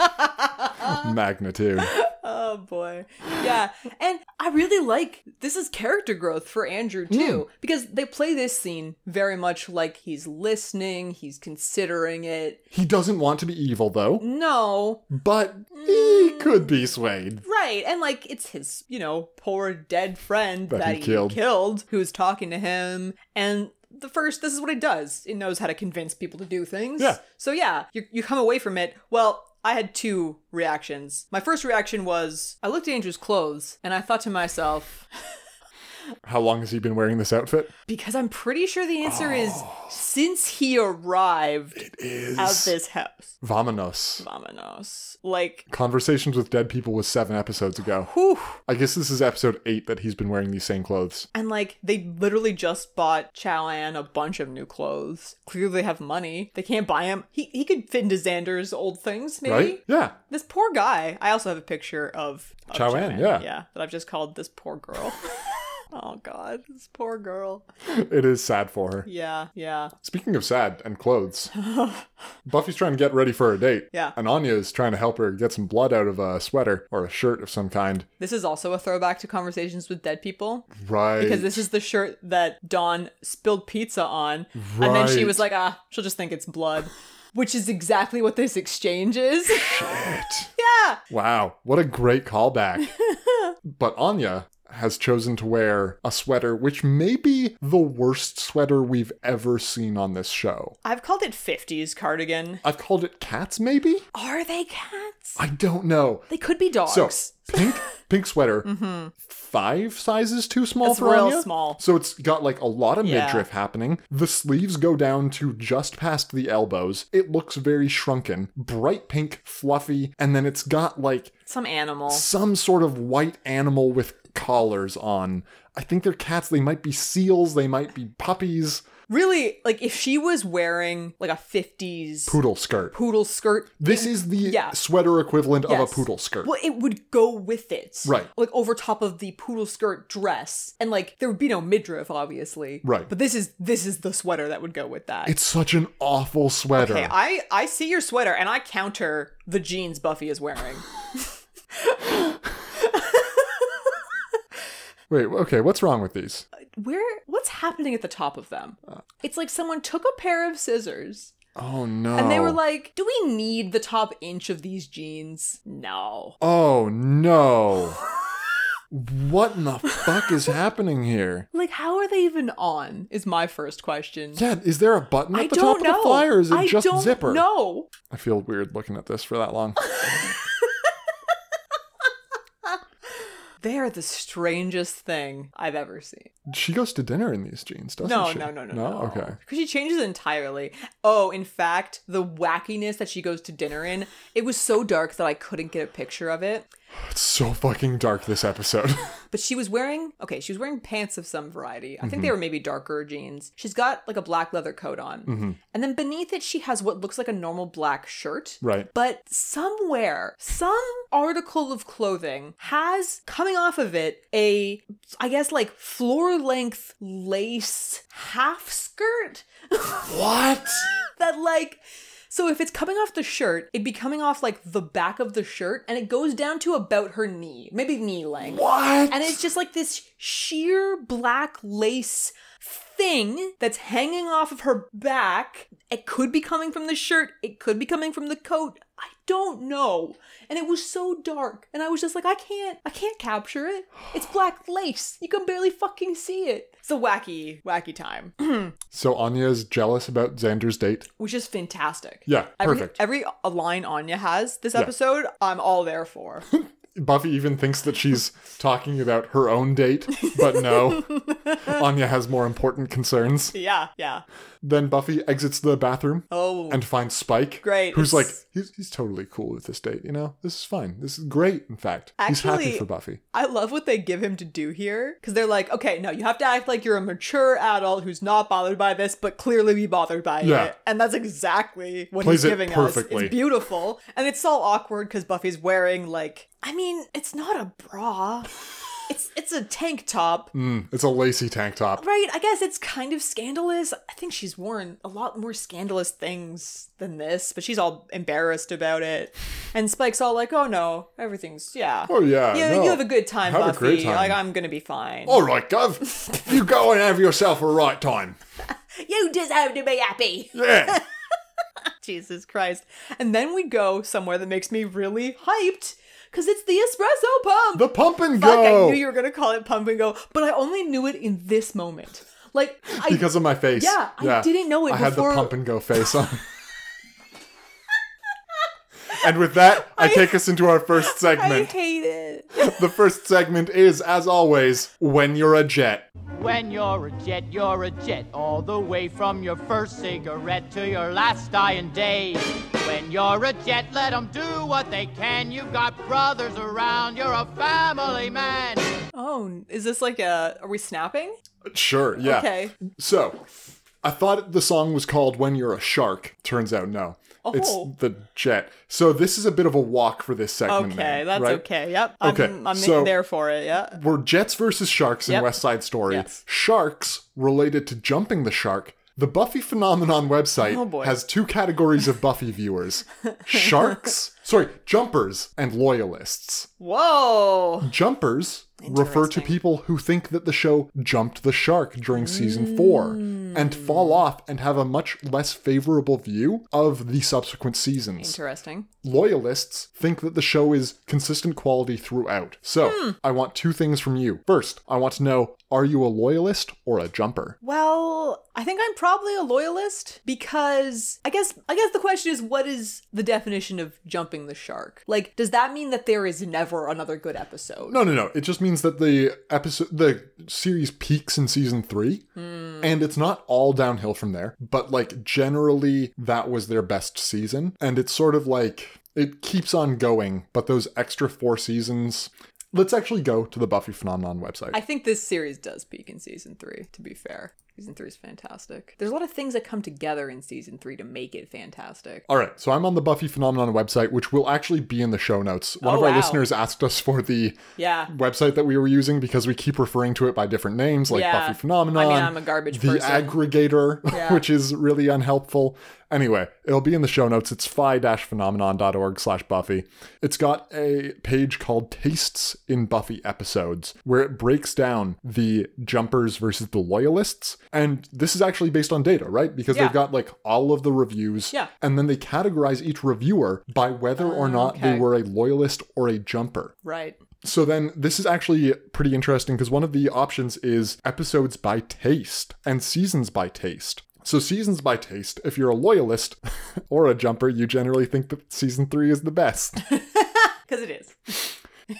B: Magnitude.
A: Oh boy. Yeah. And I really like this is character growth for Andrew
B: Hmm.
A: too because they play this scene very much like he's listening, he's considering it.
B: He doesn't want to be evil, though,
A: No.
B: but he could be swayed.
A: Right. And like it's his, you know, poor dead friend that,
B: That he
A: he,
B: killed.
A: killed who's talking to him and the first this is what it does. It knows how to convince people to do things.
B: Yeah.
A: So yeah, you you come away from it. Well, I had two reactions. My first reaction was I looked at Andrew's clothes and I thought to myself,
B: How long has he been wearing this outfit?
A: Because I'm pretty sure the answer is since he arrived
B: It Oh. is.
A: at this house.
B: Vamanos.
A: Vamanos. Like,
B: Conversations with Dead People was seven episodes ago.
A: whew.
B: I guess this is episode eight that he's been wearing these same clothes.
A: And like, they literally just bought Chow An a bunch of new clothes. Clearly they have money. They can't buy him. He, he could fit into Xander's old things, maybe?
B: Right? Yeah.
A: This poor guy. I also have a picture of, of
B: Chow An, yeah.
A: Yeah, that I've just called this poor girl. oh, God. This poor girl.
B: It is sad for her.
A: Yeah, yeah.
B: Speaking of sad and clothes, Buffy's trying to get ready for her date.
A: Yeah.
B: And Anya is trying to help her get some blood out of a sweater or a shirt of some kind.
A: This is also a throwback to conversations with dead people.
B: Right.
A: because this is the shirt that Dawn spilled pizza on, and then she
B: Right.
A: was like, "Ah, she'll just think it's blood," which is exactly what this exchange is.
B: Shit.
A: yeah,
B: Wow, what a great callback. but Anya has chosen to wear a sweater which may be the worst sweater we've ever seen on this show.
A: I've called it '50s cardigan.
B: I've called it cats, maybe?
A: Are they cats?
B: I don't know.
A: They could be dogs.
B: So, pink pink sweater, five sizes too small
A: Mm-hmm. It's
B: for
A: real
B: Anya.
A: small.
B: So it's got like a lot of
A: Yeah.
B: midriff happening. The sleeves go down to just past the elbows. It looks very shrunken, bright pink, fluffy, and then it's got like
A: Some animal.
B: some sort of white animal with collars on. I think they're cats. They might be seals. They might be puppies.
A: Really, like if she was wearing like a '50s
B: Poodle skirt.
A: poodle skirt,
B: This is the
A: Yeah.
B: sweater equivalent of a
A: Yes.
B: poodle skirt.
A: Well, it would go with it.
B: Right.
A: Like over top of the poodle skirt dress. And like there would be no midriff, obviously.
B: Right.
A: But this is this is the sweater that would go with that.
B: It's such an awful sweater.
A: okay, I, I see your sweater and I counter the jeans Buffy is wearing.
B: Wait, okay, what's wrong with these?
A: Where what's happening at the top of them?
B: Uh.
A: It's like someone took a pair of scissors
B: Oh no.
A: and they were like, Do we need the top inch of these jeans? No.
B: oh no. what in the fuck is happening here?
A: Like, how are they even on? Is my first question.
B: Yeah, is there a button at
A: I
B: the
A: don't
B: top
A: know.
B: of the fly or is it
A: I
B: just
A: don't
B: zipper?
A: No.
B: I feel weird looking at this for that long.
A: They are the strangest thing I've ever seen.
B: she goes to dinner in these jeans, doesn't
A: No,
B: she?
A: no, no, no,
B: No?
A: no.
B: Okay.
A: Because she changes entirely. Oh, in fact, the wackiness that she goes to dinner in, it was so dark that I couldn't get a picture of it.
B: It's so fucking dark this episode.
A: But she was wearing, okay, she was wearing pants of some variety. I think they were maybe darker jeans. She's got like a black leather coat on. And then beneath it, she has what looks like a normal black shirt.
B: Right.
A: But somewhere, some article of clothing has coming off of it a, I guess, like floor length lace half skirt
B: what?
A: that, like, so if it's coming off the shirt, it'd be coming off like the back of the shirt and it goes down to about her knee, maybe knee length.
B: What?
A: And it's just like this sheer black lace thing that's hanging off of her back. It could be coming from the shirt, it could be coming from the coat. I don't know. And it was so dark. And I was just like, I can't, I can't capture it. It's black lace. You can barely fucking see it. It's a wacky, wacky time,
B: so Anya is jealous about Xander's date.
A: which is fantastic.
B: Yeah,
A: Every,
B: perfect.
A: Every line Anya has this
B: Yeah.
A: episode, I'm all there for.
B: Buffy even thinks that she's talking about her own date, but no. Anya has more important concerns.
A: Yeah, yeah.
B: Then Buffy exits the bathroom
A: Oh,
B: and finds Spike,
A: Great.
B: who's like, he's, he's totally cool with this date, you know? This is fine. This is great, in fact. he's
A: Actually-
B: happy for Buffy.
A: I love what they give him to do here because they're like, okay, no, you have to act like you're a mature adult who's not bothered by this, but clearly be bothered by
B: Yeah.
A: it. And that's exactly what
B: Plays
A: he's
B: it
A: giving us.
B: perfectly.
A: It's beautiful, and it's all awkward because Buffy's wearing like, I mean, it's not a bra, it's it's a tank top.
B: It's a lacy tank top.
A: Right, I guess it's kind of scandalous. I think she's worn a lot more scandalous things than this, but she's all embarrassed about it. And Spike's all like, "Oh no, everything's yeah."
B: Oh, yeah,
A: Yeah,
B: no.
A: you have a good time,
B: Have a
A: Buffy.
B: great time. Oh.
A: Like I'm gonna be fine.
B: All right, Gov, you go and have yourself a right time.
A: You deserve to be happy.
B: Yeah.
A: Jesus Christ. And then we go somewhere that makes me really hyped because it's the espresso pump.
B: The pump and
A: Fuck,
B: go.
A: I knew you were gonna call it pump and go, but I only knew it in this moment. Like I
B: because of my face.
A: Yeah, I didn't know it
B: I had
A: before-
B: the pump and go face on. and with that, I, take us into our first
A: I
B: segment.
A: hate it.
B: the first segment is, as always, when you're a jet.
E: When you're a jet, you're a jet, all the way from your first cigarette to your last dying day. When you're a jet, let 'em do what they can. You've got brothers around, you're a family man.
A: Oh, is this like a? Are we snapping?
B: Sure, yeah.
A: Okay.
B: So, I thought the song was called When You're a Shark. Turns out, no. It's
A: Oh.
B: the jet. So, this is a bit of a walk for this segment.
A: Okay,
B: now,
A: that's
B: right?
A: okay. Yep.
B: Okay,
A: I'm, I'm
B: so-
A: there for it. Yeah.
B: were jets versus sharks in
A: Yep.
B: West Side Story.
A: Yes.
B: Sharks related to jumping the shark. The Buffy Phenomenon website
A: Oh, boy.
B: has two categories of Buffy viewers sharks, sorry, jumpers, and loyalists.
A: Whoa.
B: Jumpers refer to
A: Interesting.
B: people who think that the show jumped the shark during season four and fall off and have a much less favorable view of the subsequent seasons
A: Interesting.
B: loyalists think that the show is consistent quality throughout. So, I want two things from you. First, I want to know are you a loyalist or a jumper?
A: Well, I think I'm probably a loyalist because I guess I guess the question is what is the definition of jumping the shark? Like, does that mean that there is never another good episode?
B: No, no, no. It just means that the episode the series peaks in season 3
A: Hmm.
B: and it's not all downhill from there, but like generally that was their best season and it's sort of like it keeps on going, but those extra 4 seasons Let's actually go to the Buffy Phenomenon website.
A: I think this series does peak in season three, to be fair. Season three is fantastic. There's a lot of things that come together in season three to make it fantastic.
B: All right, so I'm on the Buffy Phenomenon website, which will actually be in the show notes. One
A: Oh,
B: of our
A: wow.
B: listeners asked us for the
A: Yeah.
B: website that we were using because we keep referring to it by different names, like
A: Yeah.
B: Buffy Phenomenon.
A: I mean, I'm a garbage
B: the
A: person.
B: aggregator,
A: Yeah.
B: which is really unhelpful. Anyway, it'll be in the show notes. It's phi-phenomenon.org slash Buffy. It's got a page called Tastes in Buffy Episodes, where it breaks down the jumpers versus the loyalists. And this is actually based on data, right? Because
A: Yeah.
B: they've got like all of the reviews.
A: Yeah. Oh,
B: And then they categorize each reviewer by whether or not they
A: okay.
B: were a loyalist or a jumper.
A: Right.
B: So then this is actually pretty interesting because one of the options is episodes by taste and seasons by taste. So seasons by taste, if you're a loyalist or a jumper, you generally think that season 3 is the best.
A: Because it is.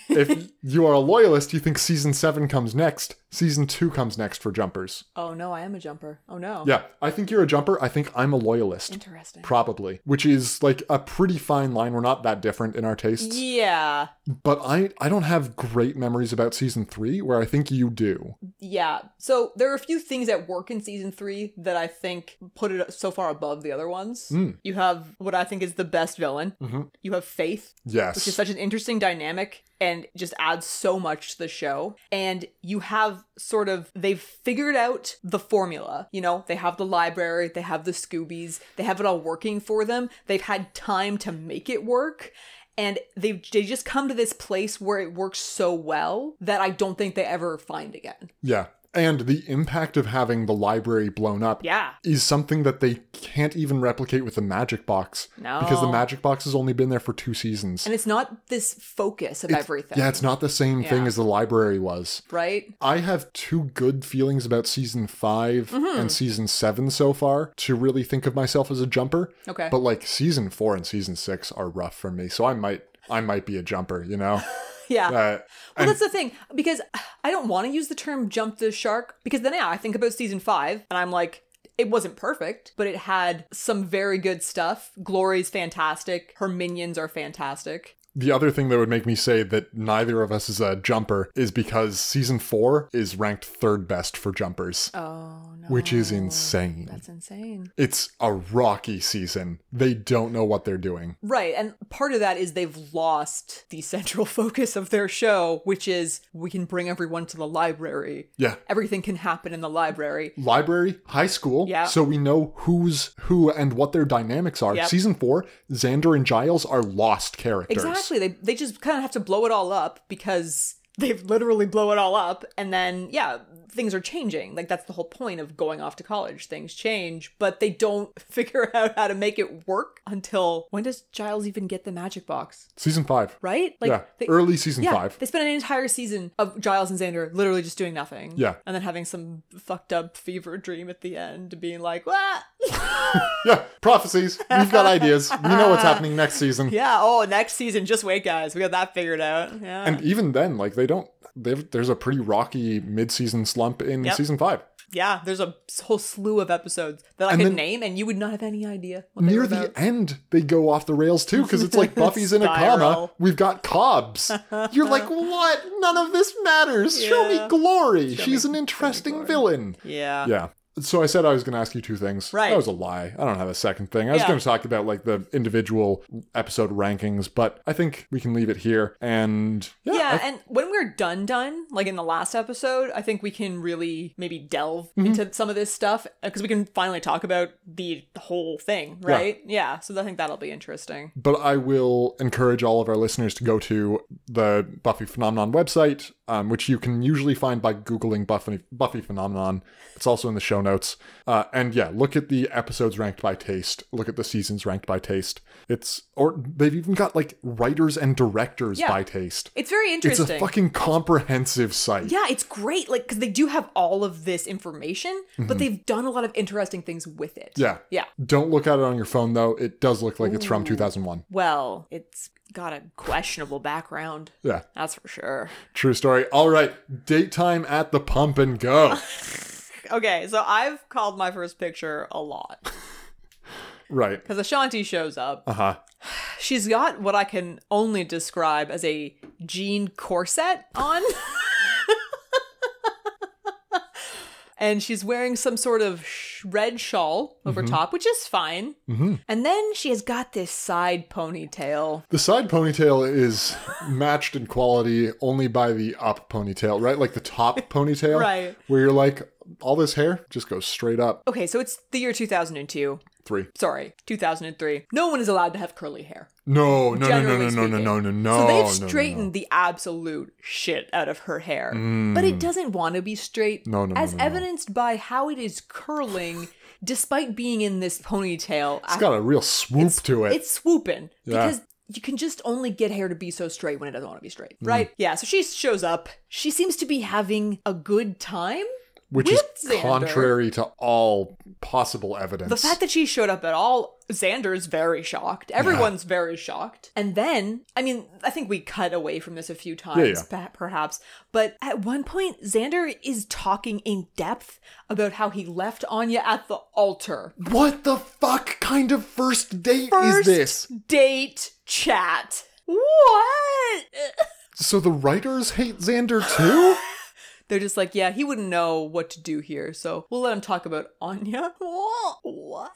B: if you are a loyalist, you think season 7 comes next, season 2 comes next for jumpers.
A: Oh no, I am a jumper. Oh no.
B: Yeah, I think you're a jumper, I think I'm a loyalist.
A: Interesting.
B: Probably, which is like a pretty fine line. We're not that different in our tastes.
A: Yeah.
B: But I I don't have great memories about season 3 where I think you do.
A: Yeah. So there are a few things at work in season three that I think put it so far above the other ones. You have what I think is the best villain. You have Faith,
B: Yes.
A: which is such an interesting dynamic and just adds so much to the show. And you have sort of, they've figured out the formula. You know, they have the library, they have the Scoobies, they have it all working for them. They've had time to make it work. And they've they just come to this place where it works so well that I don't think they ever find again.
B: Yeah. And the impact of having the library blown up
A: Yeah.
B: is something that they can't even replicate with the magic box.
A: No.
B: Because the magic box has only been there for two seasons.
A: And it's not this focus of everything,
B: Yeah, it's not the same thing
A: Yeah.
B: as the library was.
A: right?
B: I have two good feelings about season 5
A: Mm-hmm.
B: and season seven so far to really think of myself as a jumper.
A: Okay.
B: But like season four and season six are rough for me, so I might I might be a jumper, you know?
A: yeah.
B: Uh,
A: Well,
B: and-
A: that's the thing because I don't want to use the term "jump the shark" because then yeah, I think about season five and I'm like, it wasn't perfect, but it had some very good stuff. Glory's fantastic. Her minions are fantastic.
B: The other thing that would make me say that neither of us is a jumper is because season four is ranked third best for jumpers,
A: Oh no,
B: which is insane.
A: that's insane.
B: It's a rocky season. They don't know what they're doing.
A: Right, and part of that is they've lost the central focus of their show, which is we can bring everyone to the library.
B: Yeah.
A: Everything can happen in the library.
B: Library, high school.
A: Yeah.
B: So we know who's who and what their dynamics are.
A: Yep.
B: Season four, Xander and Giles are lost characters.
A: Exactly. They they just kind of have to blow it all up because they literally blow it all up and then yeah, things are changing. Like that's the whole point of going off to college. Things change, but they don't figure out how to make it work until when does Giles even get the magic box?
B: Season five.
A: Right? Like
B: yeah.
A: they-
B: Early season
A: yeah,
B: five.
A: They spent an entire season of Giles and Xander literally just doing nothing.
B: Yeah.
A: And then having some fucked up fever dream at the end, being like, what?
B: yeah. Prophecies. We've got ideas. We know what's happening next season.
A: yeah, oh, next season, just wait, guys. We got that figured out. Yeah.
B: And even then, like they don't. They've, there's a pretty rocky mid-season slump in
A: Yep.
B: season five.
A: yeah, there's a whole slew of episodes that I
B: And
A: could
B: then-
A: name, and you would not have any idea. What they
B: Near
A: were
B: the
A: about.
B: end, they go off the rails too because it's like Buffy's in a comma.
A: Spiral.
B: We've got Cobbs. You're like, what? None of this matters. Show me
A: Yeah.
B: Glory. She's an interesting villain.
A: Yeah.
B: Yeah. So I said I was going to ask you two things.
A: Right.
B: That was a lie. I don't have a second thing. I was
A: Yeah.
B: going to talk about like the individual episode rankings, but I think we can leave it here. And yeah,
A: Yeah,
B: I-
A: and when we're done, done, like in the last episode, I think we can really maybe delve
B: Mm-hmm.
A: into some of this stuff because we can finally talk about the whole thing, right? Yeah. So I think that'll be interesting.
B: but I will encourage all of our listeners to go to the Buffy Phenomenon website, um, which you can usually find by Googling Buffy, Buffy Phenomenon. It's also in the show notes. Uh, and yeah, look at the episodes ranked by taste. Look at the seasons ranked by taste. It's, or they've even got like writers and directors
A: Yeah.
B: by taste.
A: It's very
B: It's
A: interesting.
B: a fucking comprehensive site.
A: yeah, it's great. Like, because they do have all of this information, but they've done a lot of interesting things with it.
B: Mm-hmm. Yeah.
A: Yeah.
B: Don't look at it on your phone though. It does look like it's from 2001.
A: Well, it's got a questionable background.
B: Yeah.
A: That's for sure.
B: True story. All right. Date time at the pump and go.
A: Okay, so I've called my first picture a lot
B: right.
A: because Ashanti shows up.
B: Uh huh.
A: She's got what I can only describe as a jean corset on. and she's wearing some sort of sh- red shawl over top, which is fine. And then she has got this side ponytail.
B: The side ponytail is matched in quality only by the up ponytail, right? Like the top ponytail.
A: Right.
B: Where you're like, all this hair just goes straight up.
A: Okay, so it's the year 2002.
B: Three.
A: Sorry, 2003. No one is allowed to have curly hair.
B: No, no, no, no,
A: generally
B: no, no, no,
A: speaking.
B: no, no, no.
A: So
B: Oh, no,
A: they've
B: no, no.
A: straightened the absolute shit out of her hair. But it doesn't want to be straight.
B: Mm. No, no, no,
A: As
B: no, no.
A: evidenced by how it is curling despite being in this ponytail.
B: It's got a real swoop to it.
A: It's swooping
B: Yeah.
A: because you can just only get hair to be so straight when it doesn't want to be straight,
B: Mm.
A: right? Yeah, so she shows up. She seems to be having a good time.
B: which is
A: with Xander.
B: contrary to all possible evidence.
A: The fact that she showed up at all, Xander's very shocked. Everyone's very shocked. And then, I mean, I think we cut away from this a few times, pe- perhaps, but at one point, Xander is talking in depth about how he left Anya at the altar.
B: what the fuck kind of first date
A: First
B: is this?
A: date chat. What?
B: So the writers hate Xander too?
A: They're just like, yeah, he wouldn't know what to do here, so we'll let him talk about Anya. What?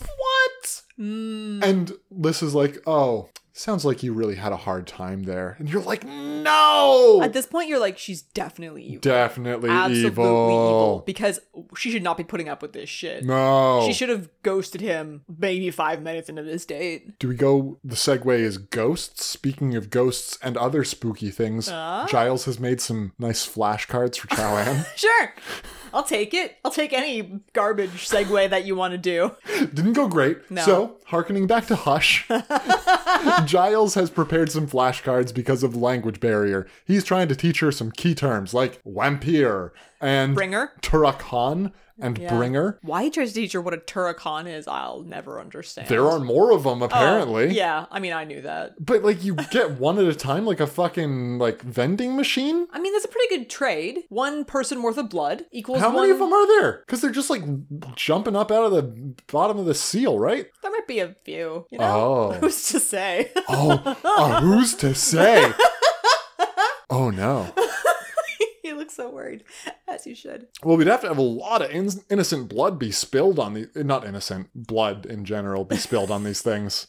A: What? Mm.
B: and Lissa's like, oh, sounds like you really had a hard time there. And you're like, no!
A: At this point, you're like, she's definitely evil.
B: Definitely
A: absolutely evil.
B: evil.
A: because she should not be putting up with this shit.
B: No.
A: She should have ghosted him maybe five minutes into this date.
B: Do we go? The segue is ghosts. Speaking of ghosts and other spooky things,
A: Uh?
B: Giles has made some nice flashcards for Chowan.
A: Sure. I'll take it. I'll take any garbage segue that you want to do.
B: Didn't go great.
A: No.
B: So, hearkening back to Hush, Giles has prepared some flashcards because of language barrier. He's trying to teach her some key terms like vampire and
A: Bringer.
B: Turakan and Bringer.
A: Why he tries to teach her what a Turrican is, I'll never understand.
B: There are more of them
A: Oh,
B: apparently.
A: yeah, I mean, I knew that.
B: But like you get one at a time like a fucking like vending machine?
A: I mean, that's a pretty good trade. One person worth of blood equals
B: How
A: one.
B: many of them are there? Cuz they're just like jumping up out of the bottom of the seal, right?
A: There might be a few. You know,
B: Oh.
A: who's to say?
B: Oh, uh, who's to say? Oh no.
A: he looks so worried, as you should.
B: Well, we'd have to have a lot of in- innocent blood be spilled on the not innocent blood in general be spilled on these things.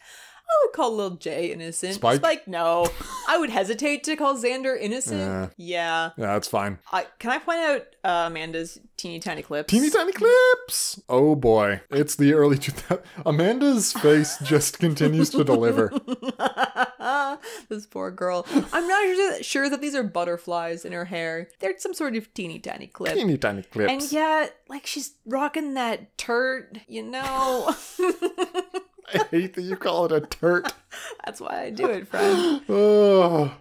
A: I would call Lil J innocent.
B: Spike?
A: no. I would hesitate to call Xander innocent.
B: Yeah.
A: yeah.
B: Yeah, that's fine.
A: I, can I point out uh, Amanda's teeny tiny clips?
B: Teeny tiny clips. Oh boy, it's the early 2000s. Amanda's face just continues to deliver.
A: Ah, this poor girl. I'm not sure that, sure that these are butterflies in her hair. They're some sort of teeny tiny clip.
B: Teeny tiny clips.
A: and yet, like she's rocking that turd, you know.
B: I hate that you call it a turt.
A: That's why I do it, friend.
B: Ugh.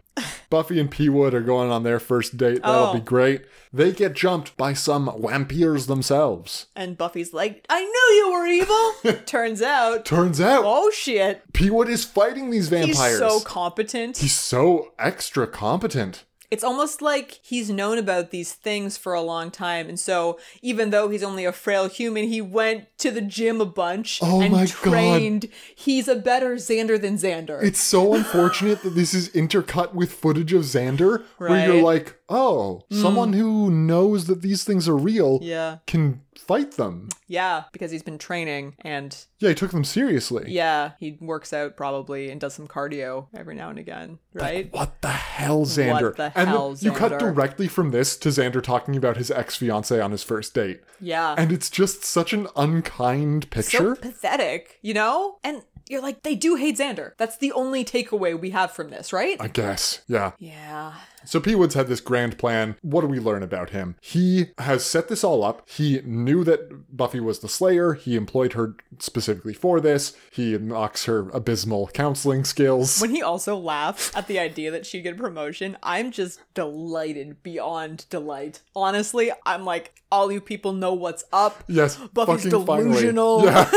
B: Buffy and P Wood are going on their first date. That'll
A: Oh.
B: be great. They get jumped by some vampires themselves.
A: And Buffy's like, "I knew you were evil." Turns out,
B: Turns out
A: oh shit,
B: P Wood is fighting these
A: he's
B: vampires.
A: so competent.
B: He's so extra competent.
A: It's almost like he's known about these things for a long time, and so even though he's only a frail human, he went to the gym a bunch
B: Oh
A: and
B: my God.
A: trained. He's a better Xander than Xander.
B: It's so unfortunate that this is intercut with footage of Xander, where
A: Right.
B: you're like, oh, someone who knows that these things are real
A: yeah,
B: can fight them.
A: yeah, because he's been training, and
B: Yeah, he took them seriously.
A: yeah, he works out probably and does some cardio every now and again, right?
B: What the hell, Xander?
A: the
B: and
A: hell,
B: You cut
A: Xander?
B: directly from this to Xander talking about his ex fiance on his first date.
A: Yeah.
B: And it's just such an unkind picture.
A: so pathetic, you know? And you're like, they do hate Xander. That's the only takeaway we have from this, right?
B: I guess. Yeah.
A: yeah.
B: So P. Woods had this grand plan. What do we learn about him? He has set this all up. He knew that Buffy was the Slayer. He employed her specifically for this. He mocks her abysmal counseling skills.
A: When he also laughs at the idea that she'd get a promotion, I'm just delighted beyond delight. Honestly, I'm like, all you people know what's up.
B: yes,
A: Buffy's
B: fucking finally.
A: delusional.
B: Yeah.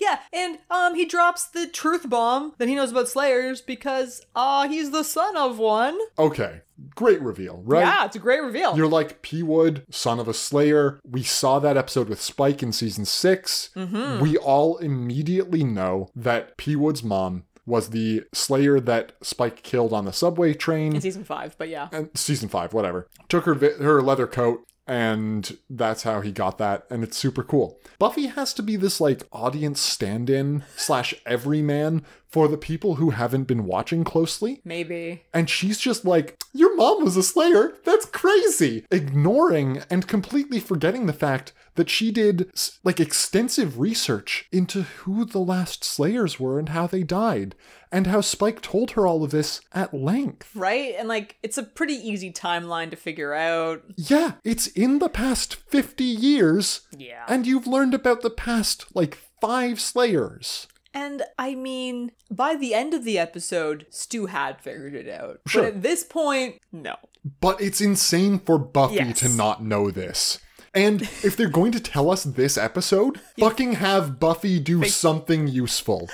A: Yeah, and um he drops the truth bomb that he knows about Slayers because uh he's the son of one.
B: Okay. Great reveal, right?
A: Yeah, it's a great reveal.
B: You're like P. Wood, son of a Slayer. We saw that episode with Spike in season 6
A: Mm-hmm.
B: We all immediately know that P. Wood's mom was the Slayer that Spike killed on the subway train.
A: in season five, but yeah.
B: and season five, whatever, took her vi- her leather coat, and that's how he got that, and it's super cool. Buffy has to be this like audience stand-in slash everyman for the people who haven't been watching closely,
A: Maybe.
B: and she's just like, "Your mom was a Slayer. That's crazy," ignoring and completely forgetting the fact that she did s- like extensive research into who the last Slayers were and how they died, and how Spike told her all of this at length.
A: Right? And like it's a pretty easy timeline to figure out.
B: Yeah, it's in the past 50 years.
A: Yeah.
B: And you've learned about the past, like, five Slayers.
A: And I mean, by the end of the episode, Stu had figured it out.
B: Sure.
A: But at this point, no.
B: But it's insane for Buffy
A: Yes.
B: to not know this. And if they're going to tell us this episode, fucking have Buffy do something useful.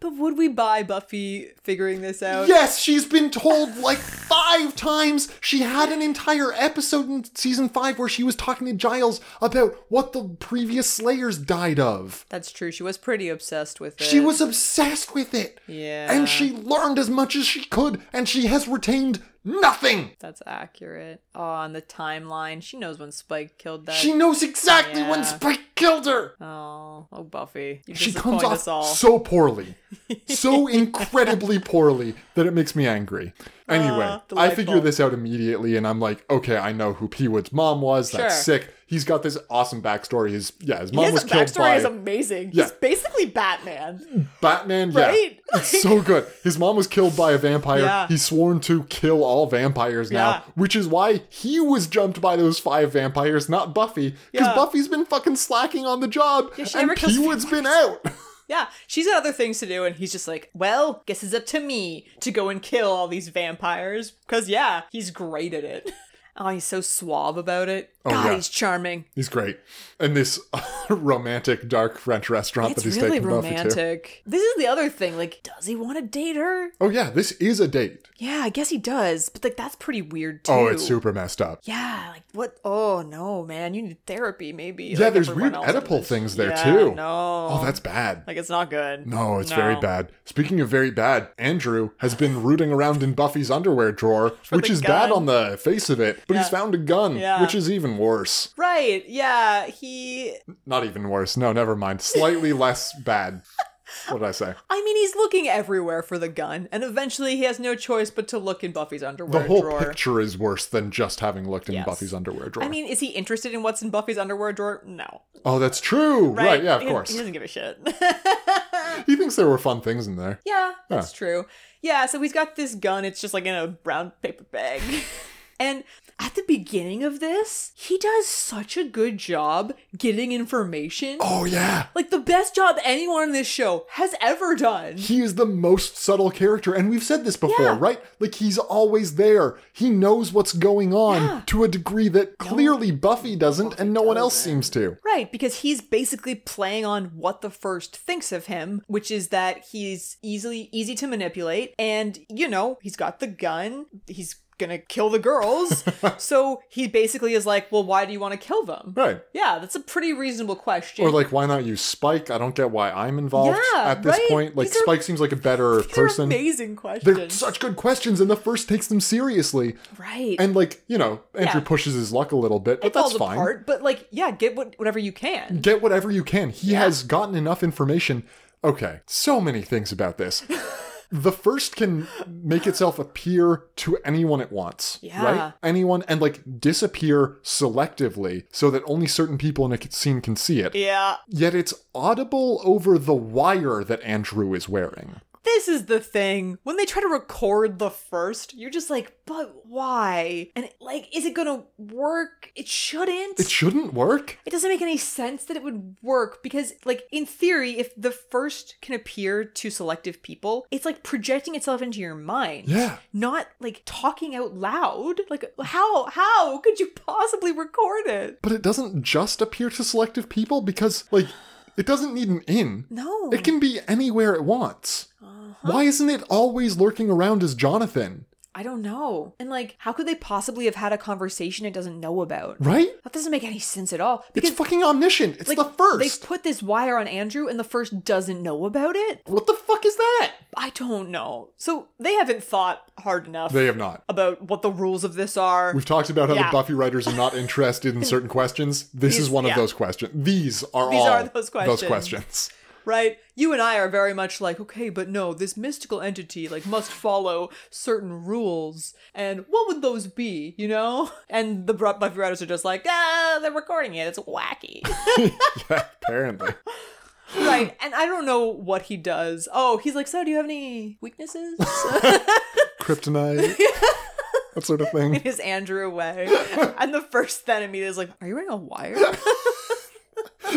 A: But would we buy Buffy figuring this out?
B: Yes, she's been told like five times. She had an entire episode in season five where she was talking to Giles about what the previous Slayers died of.
A: That's true. She was pretty obsessed with it.
B: She was obsessed with it.
A: Yeah.
B: And she learned as much as she could, and she has retained nothing.
A: That's accurate. Oh, on the timeline, she knows when Spike killed that.
B: She knows exactly when
A: Yeah.
B: Spike killed her.
A: oh, oh, Buffy, you
B: she
A: disappoint
B: comes
A: us all.
B: off so poorly. So incredibly poorly that it makes me angry. Anyway, I
A: Ah, delightful.
B: figure this out immediately and I'm like, okay, I know who P Wood's mom was. That's
A: Sure.
B: sick. He's got this awesome backstory. His yeah, his mom
A: His
B: was killed
A: backstory
B: by
A: is amazing.
B: Yeah.
A: He's basically Batman.
B: Batman, yeah.
A: Right?
B: It's so good. His mom was killed by a vampire.
A: Yeah.
B: He's sworn to kill all vampires now,
A: Yeah.
B: which is why he was jumped by those five vampires, not Buffy. Because
A: Yeah.
B: Buffy's been fucking slacking on the job,
A: she
B: and
A: never kills
B: P Wood's been out.
A: Yeah, she's got other things to do, and he's just like, well, guess it's up to me to go and kill all these vampires. Because, yeah, he's great at it. Oh, he's so suave about it.
B: Oh,
A: God,
B: yeah.
A: he's charming.
B: He's great. And this romantic, dark French restaurant
A: It's
B: that he's
A: really
B: taking Buffy to.
A: romantic. This is the other thing. Like, does he want to date her?
B: Oh, yeah, this is a date.
A: Yeah, I guess he does. But like, that's pretty weird too.
B: Oh, it's super messed up.
A: Yeah, like what? Oh no, man, you need therapy maybe.
B: Yeah,
A: like
B: there's
A: everyone
B: weird
A: else in
B: Oedipal
A: this.
B: things there
A: Yeah,
B: too.
A: No,
B: Oh, that's bad.
A: like it's not good.
B: No, it's very bad. Speaking of very bad, Andrew has been rooting around in Buffy's underwear drawer, which
A: the
B: is bad
A: gun.
B: on the face of it, but he's
A: Yeah.
B: found a gun,
A: Yeah.
B: which is even worse.
A: Right? Yeah, he.
B: Not even worse. No, never mind. Slightly less bad. What did I say?
A: I mean, he's looking everywhere for the gun, and eventually he has no choice but to look in Buffy's underwear
B: The whole
A: drawer.
B: picture is worse than just having looked in
A: Yes.
B: Buffy's underwear drawer.
A: I mean, is he interested in what's in Buffy's underwear drawer? No.
B: oh, that's true. Right? yeah, of
A: He-
B: course.
A: He doesn't give a shit.
B: He thinks there were fun things in there.
A: Yeah, that's true. Yeah, so he's got this gun. It's just like in a brown paper bag. and at the beginning of this, he does such a good job getting information.
B: Oh, yeah.
A: Like the best job anyone in this show has ever done.
B: He is the most subtle character, and we've said this before,
A: Yeah.
B: right? Like he's always there. He knows what's going on
A: Yeah.
B: to a degree that clearly Buffy doesn't, and no one else seems to.
A: Right, because he's basically playing on what the first thinks of him, which is that he's easily easy to manipulate and you know, he's got the gun, he's going to kill the girls. so he basically is like, "Well, why do you want to kill them?"
B: Right.
A: Yeah, that's a pretty reasonable question.
B: Or like, why not use Spike? I don't get why I'm involved
A: Yeah,
B: at this
A: right?
B: point. Like,
A: These are-
B: Spike seems like a better
A: These are
B: person.
A: amazing
B: They're
A: questions.
B: such good questions, and the first takes them seriously.
A: right.
B: And like, you know,
A: Yeah.
B: Andrew pushes his luck a little bit, but
A: it
B: that's
A: falls
B: fine.
A: apart, but like, yeah, get what, whatever you can.
B: Get whatever you can. He has gotten enough information. Okay, so many things about this. the first can make itself appear to anyone it wants,
A: Yeah.
B: right? Anyone and like disappear selectively so that only certain people in a scene can see it.
A: Yeah.
B: Yet it's audible over the wire that Andrew is wearing.
A: This is the thing. When they try to record the first, you're just like, but why? And like, is it gonna work? It shouldn't.
B: It shouldn't work.
A: it doesn't make any sense that it would work because, like, in theory, if the first can appear to selective people, it's like projecting itself into your mind.
B: Yeah.
A: Not like talking out loud. Like, how how could you possibly record it?
B: But it doesn't just appear to selective people because, like, it doesn't need an in.
A: No.
B: It can be anywhere it wants.
A: Uh-huh.
B: Why isn't it always lurking around as Jonathan?
A: I don't know. And like, how could they possibly have had a conversation it doesn't know about?
B: Right?
A: That doesn't make any sense at all.
B: It's fucking omniscient. It's
A: like,
B: the first.
A: They put this wire on Andrew, and the first doesn't know about it.
B: what the fuck is that?
A: I don't know. So they haven't thought hard enough
B: They have not.
A: about what the rules of this are.
B: We've talked about how the
A: Yeah.
B: Buffy writers are not interested in certain questions. This is
A: These-
B: one of
A: yeah.
B: those questions. These are
A: These
B: all
A: are those questions.
B: questions.
A: right? You and I are very much like, okay, but no, this mystical entity like must follow certain rules, and what would those be? You know? And the Bru- Buffy writers are just like, ah, they're recording it. It's wacky.
B: Apparently.
A: right and i don't know what he does oh he's like so do you have any weaknesses
B: Kryptonite. that sort of thing.
A: is andrew away and the first then immediately is like are you wearing a wire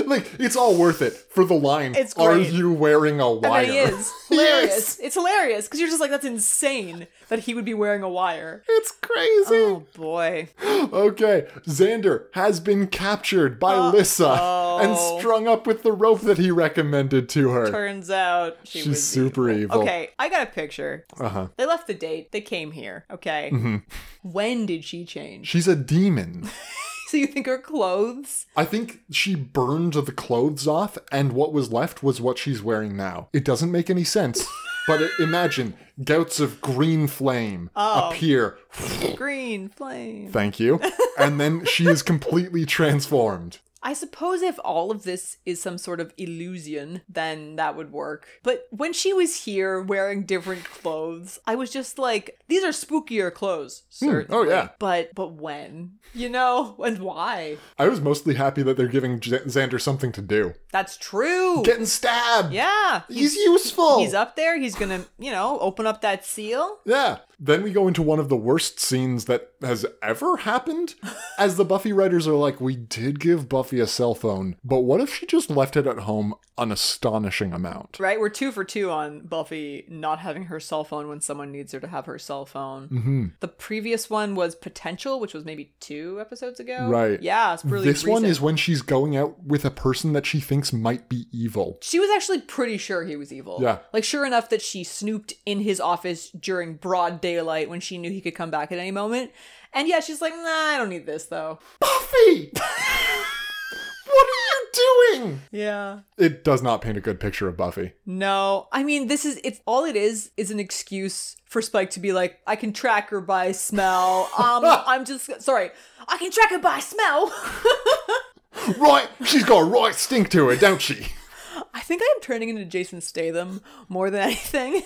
B: Like, it's all worth it for the line.
A: It's
B: Are
A: great.
B: you wearing a wire?
A: and then he is hilarious
B: Yes.
A: it's hilarious because you're just like that's insane that he would be wearing a wire
B: It's crazy.
A: oh boy
B: Okay, Xander has been captured by Lyssa and strung up with the rope that he recommended to her.
A: turns out she
B: She's
A: was
B: super evil.
A: okay i got a picture
B: Uh-huh. Mm-hmm.
A: they left the date they came here okay when did she change
B: She's a demon.
A: so you think her clothes
B: I think she burned the clothes off, and what was left was what she's wearing now. It doesn't make any sense, but i- imagine gouts of green flame
A: Oh.
B: appear.
A: green flame
B: Thank you. And then she is completely transformed.
A: I suppose if all of this is some sort of illusion, then that would work. But when she was here wearing different clothes, I was just like, these are spookier clothes, certainly.
B: Oh, yeah.
A: But but when? You know, and why?
B: I was mostly happy that they're giving J- Xander something to do.
A: That's true.
B: Getting stabbed.
A: yeah.
B: He's useful.
A: He's up there, he's gonna, you know, open up that seal.
B: Yeah. Then we go into one of the worst scenes that has ever happened as the Buffy writers are like, we did give via cell phone, but what if she just left it at home an astonishing amount?
A: Right? We're two for two on Buffy not having her cell phone when someone needs her to have her cell phone. Mm-hmm. The previous one was Potential, which was maybe two episodes ago.
B: Right.
A: Yeah, it's really
B: this one
A: recent.
B: is when she's going out with a person that she thinks might be evil.
A: She was actually pretty sure he was evil.
B: Yeah.
A: Like, sure enough that she snooped in his office during broad daylight when she knew he could come back at any moment. And yeah, she's like, nah, I don't need this though.
B: Buffy! what are you doing?
A: Yeah.
B: It does not paint a good picture of Buffy.
A: No, I mean, this is it's all it is is an excuse for Spike to be like, I can track her by smell. Um, I'm just sorry, I can track her by smell.
B: Right, she's got a right stink to her, don't she?
A: I think I am turning into Jason Statham more than anything.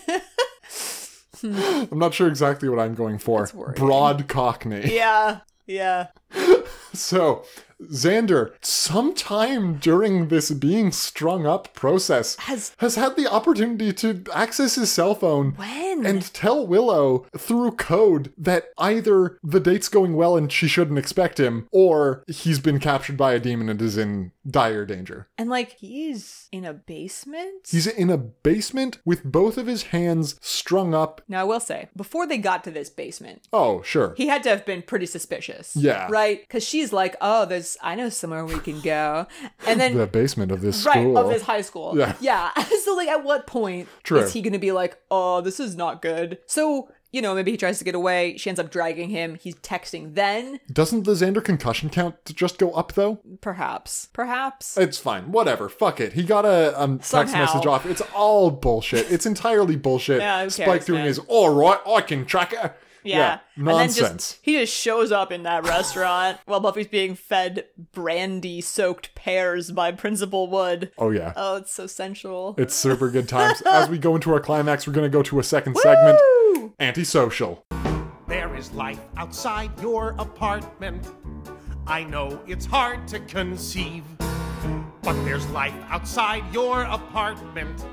B: I'm not sure exactly what I'm going for.
A: worrying.
B: Broad Cockney.
A: yeah, yeah.
B: So, Xander, sometime during this being strung up process,
A: Has-
B: had the opportunity to access his cell phone
A: When?
B: and tell Willow through code that either the date's going well and she shouldn't expect him, or he's been captured by a demon and is in dire danger.
A: And like, he's in a basement.
B: He's in a basement with both of his hands strung up.
A: now, I will say, before they got to this basement,
B: Oh, sure.
A: he had to have been pretty suspicious.
B: Yeah.
A: Right? Because she's like, oh, there's, I know somewhere we can go. And then
B: the basement of this
A: right
B: school.
A: of his high school
B: Yeah.
A: so like at what point
B: True.
A: is he gonna be like oh this is not good so you know maybe he tries to get away she ends up dragging him he's texting then
B: Doesn't the Xander concussion count just go up though?
A: perhaps perhaps
B: It's fine. Whatever. Fuck it. He got a um, text
A: Somehow.
B: message off. It's all bullshit. It's entirely bullshit.
A: Yeah, who
B: Spike
A: cares,
B: doing
A: man?
B: his all right. I can track it.
A: yeah.
B: nonsense.
A: And then just he just shows up in that restaurant while Buffy's being fed brandy soaked pears by Principal Wood.
B: oh yeah.
A: Oh, it's so sensual.
B: it's super good times. As we go into our climax, we're gonna go to a second segment.
A: Woo!
B: Antisocial.
F: There is life outside your apartment. I know it's hard to conceive, but there's life outside your apartment,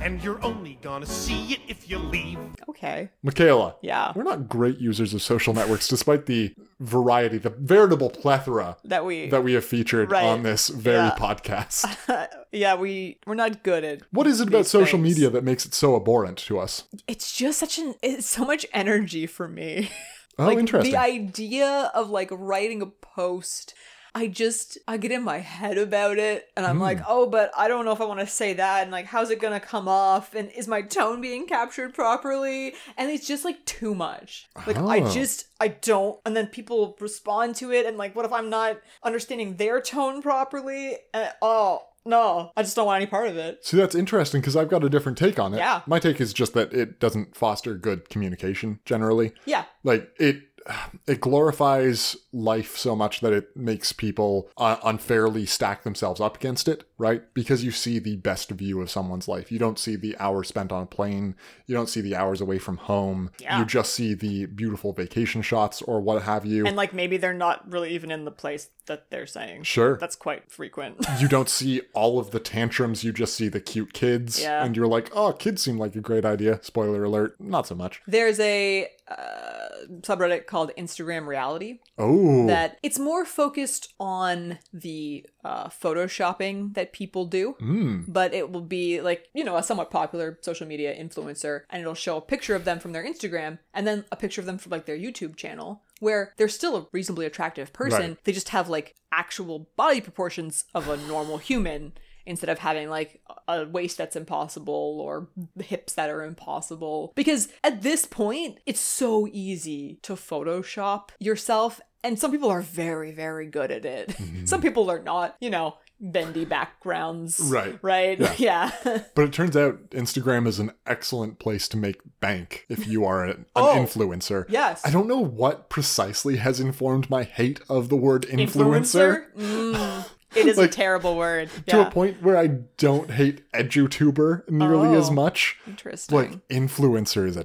F: and you're only gonna see it if you leave.
A: Okay.
B: Michaela.
A: Yeah.
B: We're not great users of social networks, despite the variety, the veritable plethora
A: That we,
B: that we have featured
A: Right.
B: on this very
A: Yeah.
B: podcast.
A: yeah, we we're not good at
B: What is it about
A: these
B: social
A: things.
B: media that makes it so abhorrent to us?
A: It's just such an it's so much energy for me.
B: Oh,
A: like
B: interesting.
A: the idea of like writing a post i just i get in my head about it and i'm
B: Hmm.
A: like oh but i don't know if i want to say that and like how's it gonna come off and is my tone being captured properly and it's just like too much like i
B: Oh.
A: just i don't and then people respond to it and like what if i'm not understanding their tone properly and, oh no i just don't want any part of it
B: See, that's interesting because I've got a different take on it.
A: Yeah.
B: My take is just that it doesn't foster good communication generally.
A: yeah
B: Like it it glorifies life so much that it makes people uh, unfairly stack themselves up against it, right? Because you see the best view of someone's life. You don't see the hours spent on a plane. You don't see the hours away from home. You just see the beautiful vacation shots or what have you.
A: and like maybe they're not really even in the place that they're saying
B: Sure.
A: that's quite frequent
B: you don't see all of the tantrums, you just see the cute kids.
A: Yeah.
B: And you're like, oh, kids seem like a great idea. Spoiler alert, not so much.
A: There's a uh, subreddit called Instagram Reality
B: Oh,
A: that it's more focused on the uh, photoshopping that people do,
B: Mm.
A: but it will be like you know a somewhat popular social media influencer, and it'll show a picture of them from their Instagram and then a picture of them from like their YouTube channel. Where they're still a reasonably attractive person,
B: Right.
A: they just have like actual body proportions of a normal human instead of having like a waist that's impossible or hips that are impossible. Because at this point, it's so easy to Photoshop yourself. And some people are very, very good at it.
B: Mm-hmm.
A: Some people are not, you know, bendy backgrounds.
B: Right.
A: Right. Yeah.
B: but it turns out Instagram is an excellent place to make bank if you are an, an
A: Oh,
B: influencer.
A: yes.
B: I don't know what precisely has informed my hate of the word influencer.
A: Influencer. Mm, it is
B: Like,
A: a terrible word.
B: To
A: Yeah.
B: a point where I don't hate edutuber nearly as
A: Oh.
B: much.
A: Interesting.
B: Like influencer is a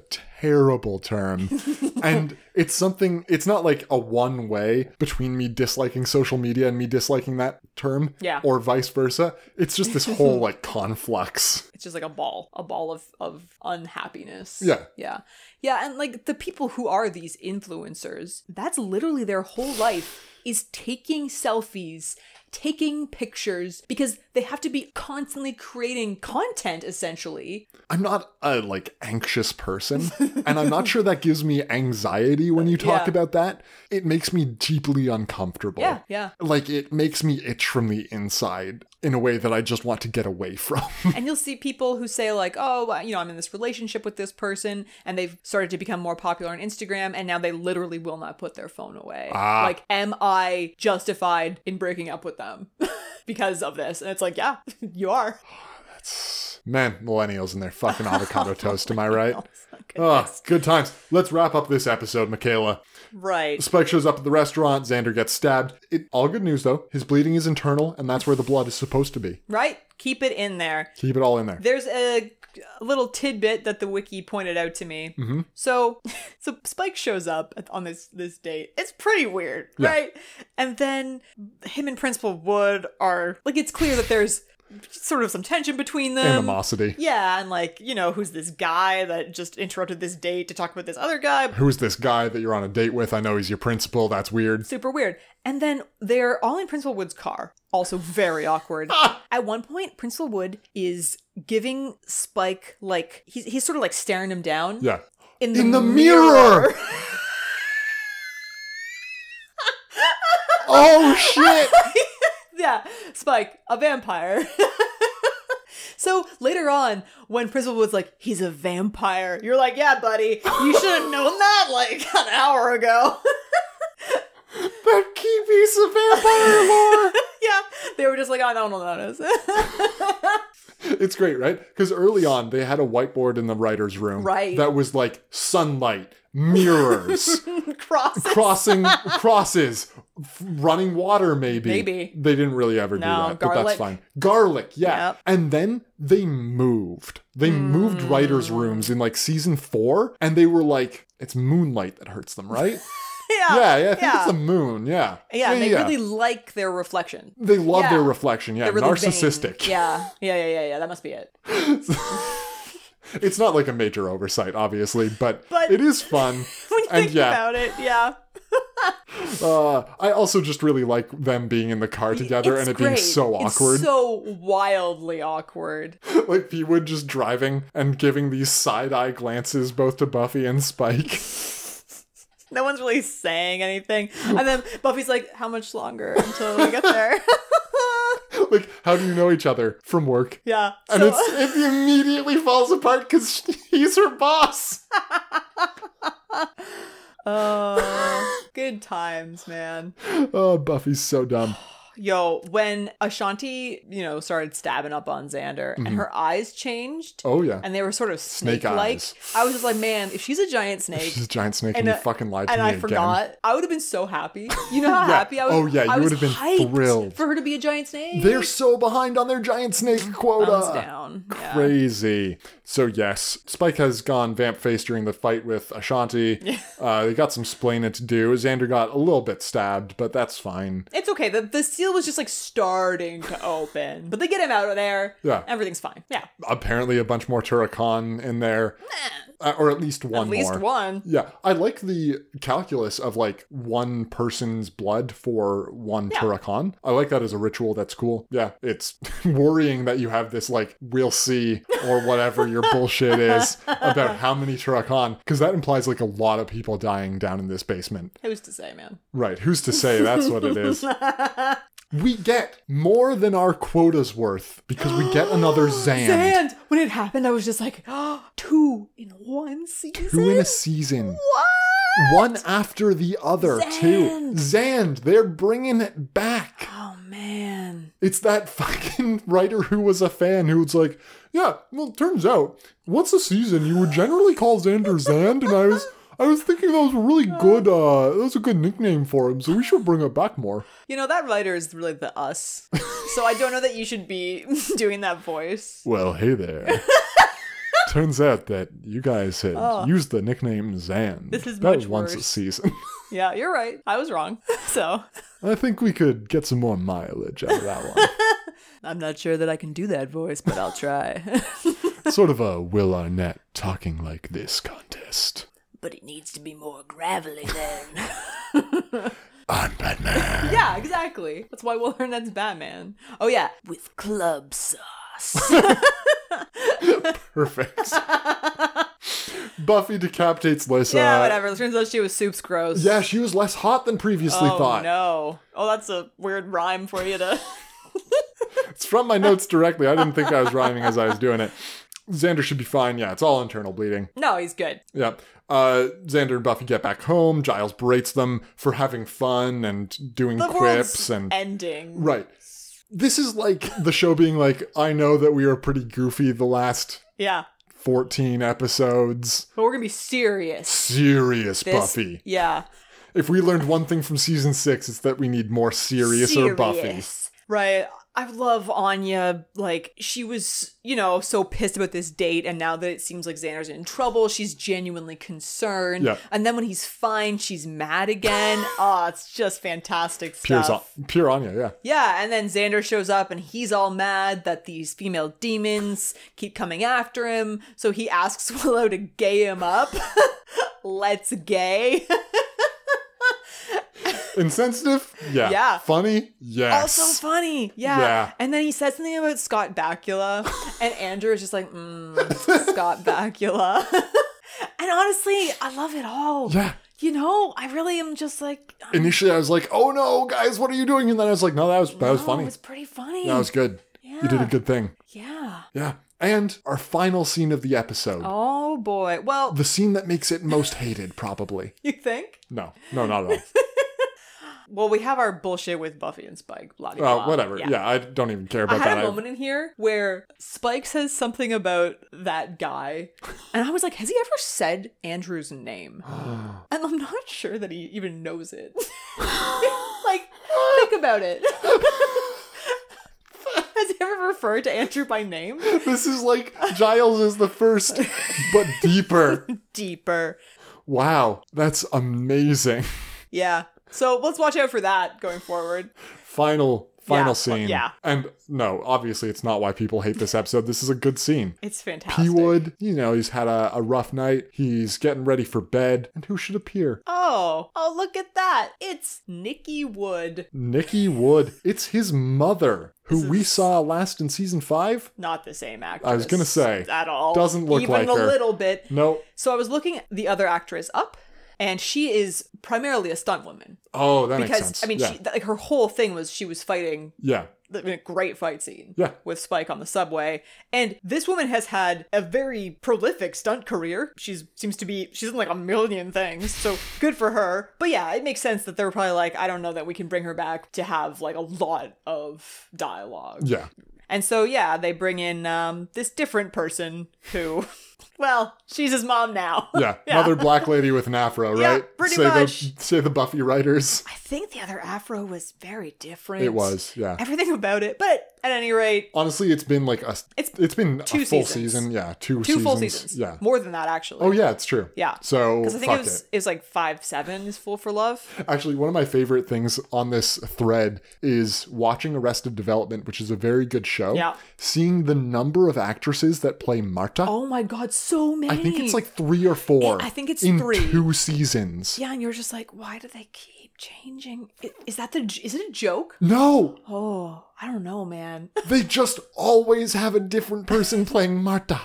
B: terrible term. and it's something it's not like a one way between me disliking social media and me disliking that term
A: Yeah.
B: or vice versa. It's just this whole like conflux.
A: it's just like a ball a ball of of unhappiness
B: Yeah.
A: yeah yeah and like the people who are these influencers that's literally their whole life is taking selfies taking pictures because they have to be constantly creating content essentially.
B: I'm not a like anxious person, and I'm not sure that gives me anxiety when you talk
A: Yeah.
B: about that. It makes me deeply uncomfortable.
A: Yeah, yeah.
B: Like it makes me itch from the inside in a way that I just want to get away from.
A: And you'll see people who say like, "Oh, uh, you know, I'm in this relationship with this person and they've started to become more popular on Instagram and now they literally will not put their phone away." Like, am I justified in breaking up with them because of this? And it's like, "Yeah, you are."
B: Man, millennials and their fucking avocado toast, am I right? Oh, good times. Let's wrap up this episode, Michaela.
A: Right.
B: Spike shows up at the restaurant, Xander gets stabbed. It all good news though. His bleeding is internal, and that's where the blood is supposed to be.
A: Right. Keep it in there.
B: Keep it all in there.
A: There's a a little tidbit that the wiki pointed out to me. Mm-hmm. So, so Spike shows up at- on this this date. It's pretty weird,
B: Yeah.
A: right? And then him and Principal Wood are like, it's clear that there's sort of some tension between them.
B: Animosity.
A: Yeah, and like you know, who's this guy that just interrupted this date to talk about this other guy?
B: Who's this guy that you're on a date with? I know he's your principal. That's weird.
A: super weird. And then they're all in Principal Wood's car, also very awkward. At one point, Principal Wood is giving Spike like he's he's sort of like staring him down.
B: Yeah.
A: In
B: In the mirror. oh shit.
A: yeah, Spike, a vampire. so later on, when Principal Wood's like, he's a vampire, you're like, yeah, buddy, you should have known that like an hour ago.
B: that key piece of vampire lore.
A: yeah, they were just like, "Oh, I don't know what that is.
B: It's great, right? Because early on, they had a whiteboard in the writer's room
A: Right.
B: that was like sunlight, mirrors,
A: Cross.
B: crossing crosses, f- running water, maybe.
A: Maybe.
B: They didn't really ever
A: No,
B: do that, but that's
A: garlic.
B: fine. Garlic, yeah.
A: Yep. Mm.
B: And then they moved. They moved writer's rooms in like season four, and they were like, it's moonlight that hurts them, right? yeah, yeah, I think it's the moon, yeah.
A: Yeah, and they really like their reflection.
B: They love
A: yeah.
B: their reflection, yeah.
A: They're really
B: Narcissistic.
A: vain. Yeah, yeah, yeah, yeah, yeah. That must be it.
B: It's not like a major oversight, obviously, but,
A: But-
B: it is fun.
A: When you
B: and
A: think
B: yeah,
A: about it, yeah.
B: uh, I also just really like them being in the car together
A: It's
B: and it being
A: great.
B: so
A: It's
B: awkward.
A: so wildly awkward.
B: like P Wood just driving and giving these side eye glances both to Buffy and Spike.
A: No one's really saying anything. And then Buffy's like, "How much longer until we get there?"
B: like, how do you know each other from work?
A: yeah.
B: And
A: so-
B: it's it immediately falls apart because he's her boss.
A: Oh, good times, man.
B: Oh, Buffy's so dumb.
A: Yo, when Ashanti, you know, started stabbing up on Xander and
B: Mm-hmm.
A: her eyes changed
B: Oh yeah,
A: and they were sort of
B: Snake
A: snake like,
B: eyes.
A: I was just like, man, if she's a giant snake,
B: she's a giant snake, and,
A: and
B: you
A: uh,
B: fucking lied to
A: and
B: me
A: I
B: again.
A: forgot. I would have been so happy. You know how
B: Yeah.
A: happy I was.
B: Oh, yeah,
A: I
B: you
A: was
B: would have been
A: hyped
B: thrilled.
A: for her to be a giant snake.
B: They're so behind on their giant snake quota.
A: Thumbs down. Yeah.
B: Crazy. So yes, Spike has gone vamp face during the fight with Ashanti. uh, they got some splaining to do. Xander got a little bit stabbed, but that's fine.
A: It's okay. The the seal was just like starting to open, but they get him out of there.
B: Yeah.
A: everything's fine. Yeah,
B: Apparently, a bunch more Turrican in there, Uh, or at least one
A: at least
B: more.
A: one.
B: Yeah, I like the calculus of like one person's blood for one yeah. I like that as a ritual. That's cool. Yeah, it's worrying that you have this like we'll see or whatever your bullshit is about how many Turrican because that implies like a lot of people dying down in this basement.
A: Who's to say, man?
B: Right? Who's to say that's what it is? We get more than our quota's worth because we get another Zand.
A: And when it happened, I was just like, oh, two in one season.
B: Two in a season.
A: what?
B: One after the other, too. Zand, they're bringing it back.
A: Oh man.
B: It's that fucking writer who was a fan who was like, "Yeah, well, turns out once a season you were generally called Xander Zand, and I was, I was thinking that was a really good, uh, that was a good nickname for him, so we should bring it back more."
A: You know that writer is really the us. so I don't know that you should be doing that voice.
B: Well, hey there. turns out that you guys had used the nickname
A: Oh.
B: Zand.
A: This is
B: that
A: much
B: was once a
A: worse.
B: season.
A: Yeah, you're right. I was wrong. So
B: I think we could get some more mileage out of that one.
A: I'm not sure that I can do that voice, but I'll try.
B: sort of a Will Arnett talking like this contest.
D: But it needs to be more gravelly then.
B: I'm Batman.
A: yeah, Yeah, exactly. That's why Will Arnett's Batman. Oh yeah, with club sauce.
B: Perfect. Buffy decapitates Lisa.
A: yeah, whatever. It turns out she was soup's gross.
B: Yeah, she was less hot than previously
A: Oh
B: thought.
A: no! Oh, that's a weird rhyme for you to.
B: It's from my notes directly. I didn't think I was rhyming as I was doing it. Xander should be fine. Yeah, it's all internal bleeding.
A: no, he's good.
B: Yeah. Uh, Xander and Buffy get back home. Giles berates them for having fun and doing
A: The
B: quips
A: world's
B: and
A: ending.
B: right. This is like the show being like, I know that we are pretty goofy the last
A: Yeah,
B: 14 episodes.
A: but we're gonna be serious.
B: Serious
A: This-
B: Buffy.
A: Yeah.
B: If we learned one thing from season six, it's that we need more serious, or Buffy.
A: Serious. Right. I love Anya. Like, she was, you know, so pissed about this date, and now that it seems like Xander's in trouble, she's genuinely concerned.
B: Yeah.
A: And then when he's fine, she's mad again. oh, it's just fantastic
B: Pure,
A: stuff.
B: Zo- pure Anya, yeah.
A: Yeah, and then Xander shows up and he's all mad that these female demons keep coming after him, so he asks Willow to gay him up. Let's gay.
B: Insensitive? Yeah.
A: Yeah.
B: Funny? Yes.
A: Also funny. Yeah.
B: Yeah.
A: And then he says something about Scott Bakula, and Andrew is just like, mm, Scott Bakula. and honestly, I love it all.
B: Yeah.
A: You know, I really am just like, oh,
B: Initially, I was like, "Oh no, guys, what are you doing?" And then I was like, "No, that was that was funny.
A: oh, it was pretty funny.
B: that was good. You did a
A: Yeah.
B: good thing."
A: yeah.
B: Yeah. And our final scene of the episode,
A: Oh boy. Well,
B: the scene that makes it most hated, probably.
A: you think?
B: No, no, not at
A: Well, we have our bullshit with Buffy and Spike. Blah, blah,
B: all.
A: blah.
B: Uh, whatever. Yeah. I don't even care
A: I
B: about
A: had
B: that.
A: a moment in here where Spike says something about that guy, and I was like, "Has he ever said Andrew's name?" and I'm not sure that he even knows it. like, think about it. Has he ever referred to Andrew by name?
B: this is like Giles is the first, but deeper.
A: Deeper,
B: Wow, that's amazing.
A: yeah. So let's watch out for that going forward.
B: Final. Final
A: Yeah,
B: scene.
A: yeah.
B: And no, obviously it's not why people hate this episode. This is a good scene.
A: It's fantastic.
B: He would, you know, he's had a, a rough night. He's getting ready for bed. And who should appear?
A: Oh, oh, look at that! It's Nikki Wood.
B: Nikki Wood. It's his mother, who we saw last in season five.
A: Not the same actress.
B: I was gonna say,
A: at all.
B: doesn't look
A: even
B: like
A: a
B: her.
A: little bit.
B: No.
A: So I was looking the other actress up, and she is primarily a stunt woman
B: Oh, that makes
A: because
B: sense.
A: I mean,
B: yeah.
A: she, like her whole thing was she was fighting
B: yeah.
A: I mean, a great fight scene
B: Yeah.
A: with Spike on the subway, and this woman has had a very prolific stunt career. She's seems to be she's in like a million things, so good for her. But yeah, it makes sense that they're probably like, I don't know that we can bring her back to have like a lot of dialogue.
B: Yeah.
A: And so, yeah, they bring in um, this different person who, well, she's his mom now.
B: Yeah. Another black lady with an afro,
A: Yeah,
B: right?
A: pretty
B: say
A: much.
B: The, say the Buffy writers.
A: I think the other afro was very different.
B: It was, yeah.
A: Everything about it. But at any rate,
B: Honestly, it's been like a.
A: It's
B: it's been
A: two
B: a full
A: seasons.
B: season. Yeah. Two,
A: two
B: seasons.
A: full seasons.
B: Yeah.
A: More than that, actually.
B: Oh yeah, it's true.
A: Yeah.
B: So
A: Because I think
B: fuck
A: it was,
B: it.
A: it was like 5 7 is Full for Love.
B: Actually, one of my favorite things on this thread is watching Arrested Development, which is a very good show.
A: Yeah.
B: Seeing the number of actresses that play Marta.
A: Oh my God, so many.
B: I think it's like three or four.
A: I think it's
B: in
A: three.
B: two seasons.
A: Yeah, and you're just like, why do they keep changing? I- Is that the. j- Is it a joke?
B: No,
A: Oh, I don't know, man.
B: they just always have a different person playing Marta.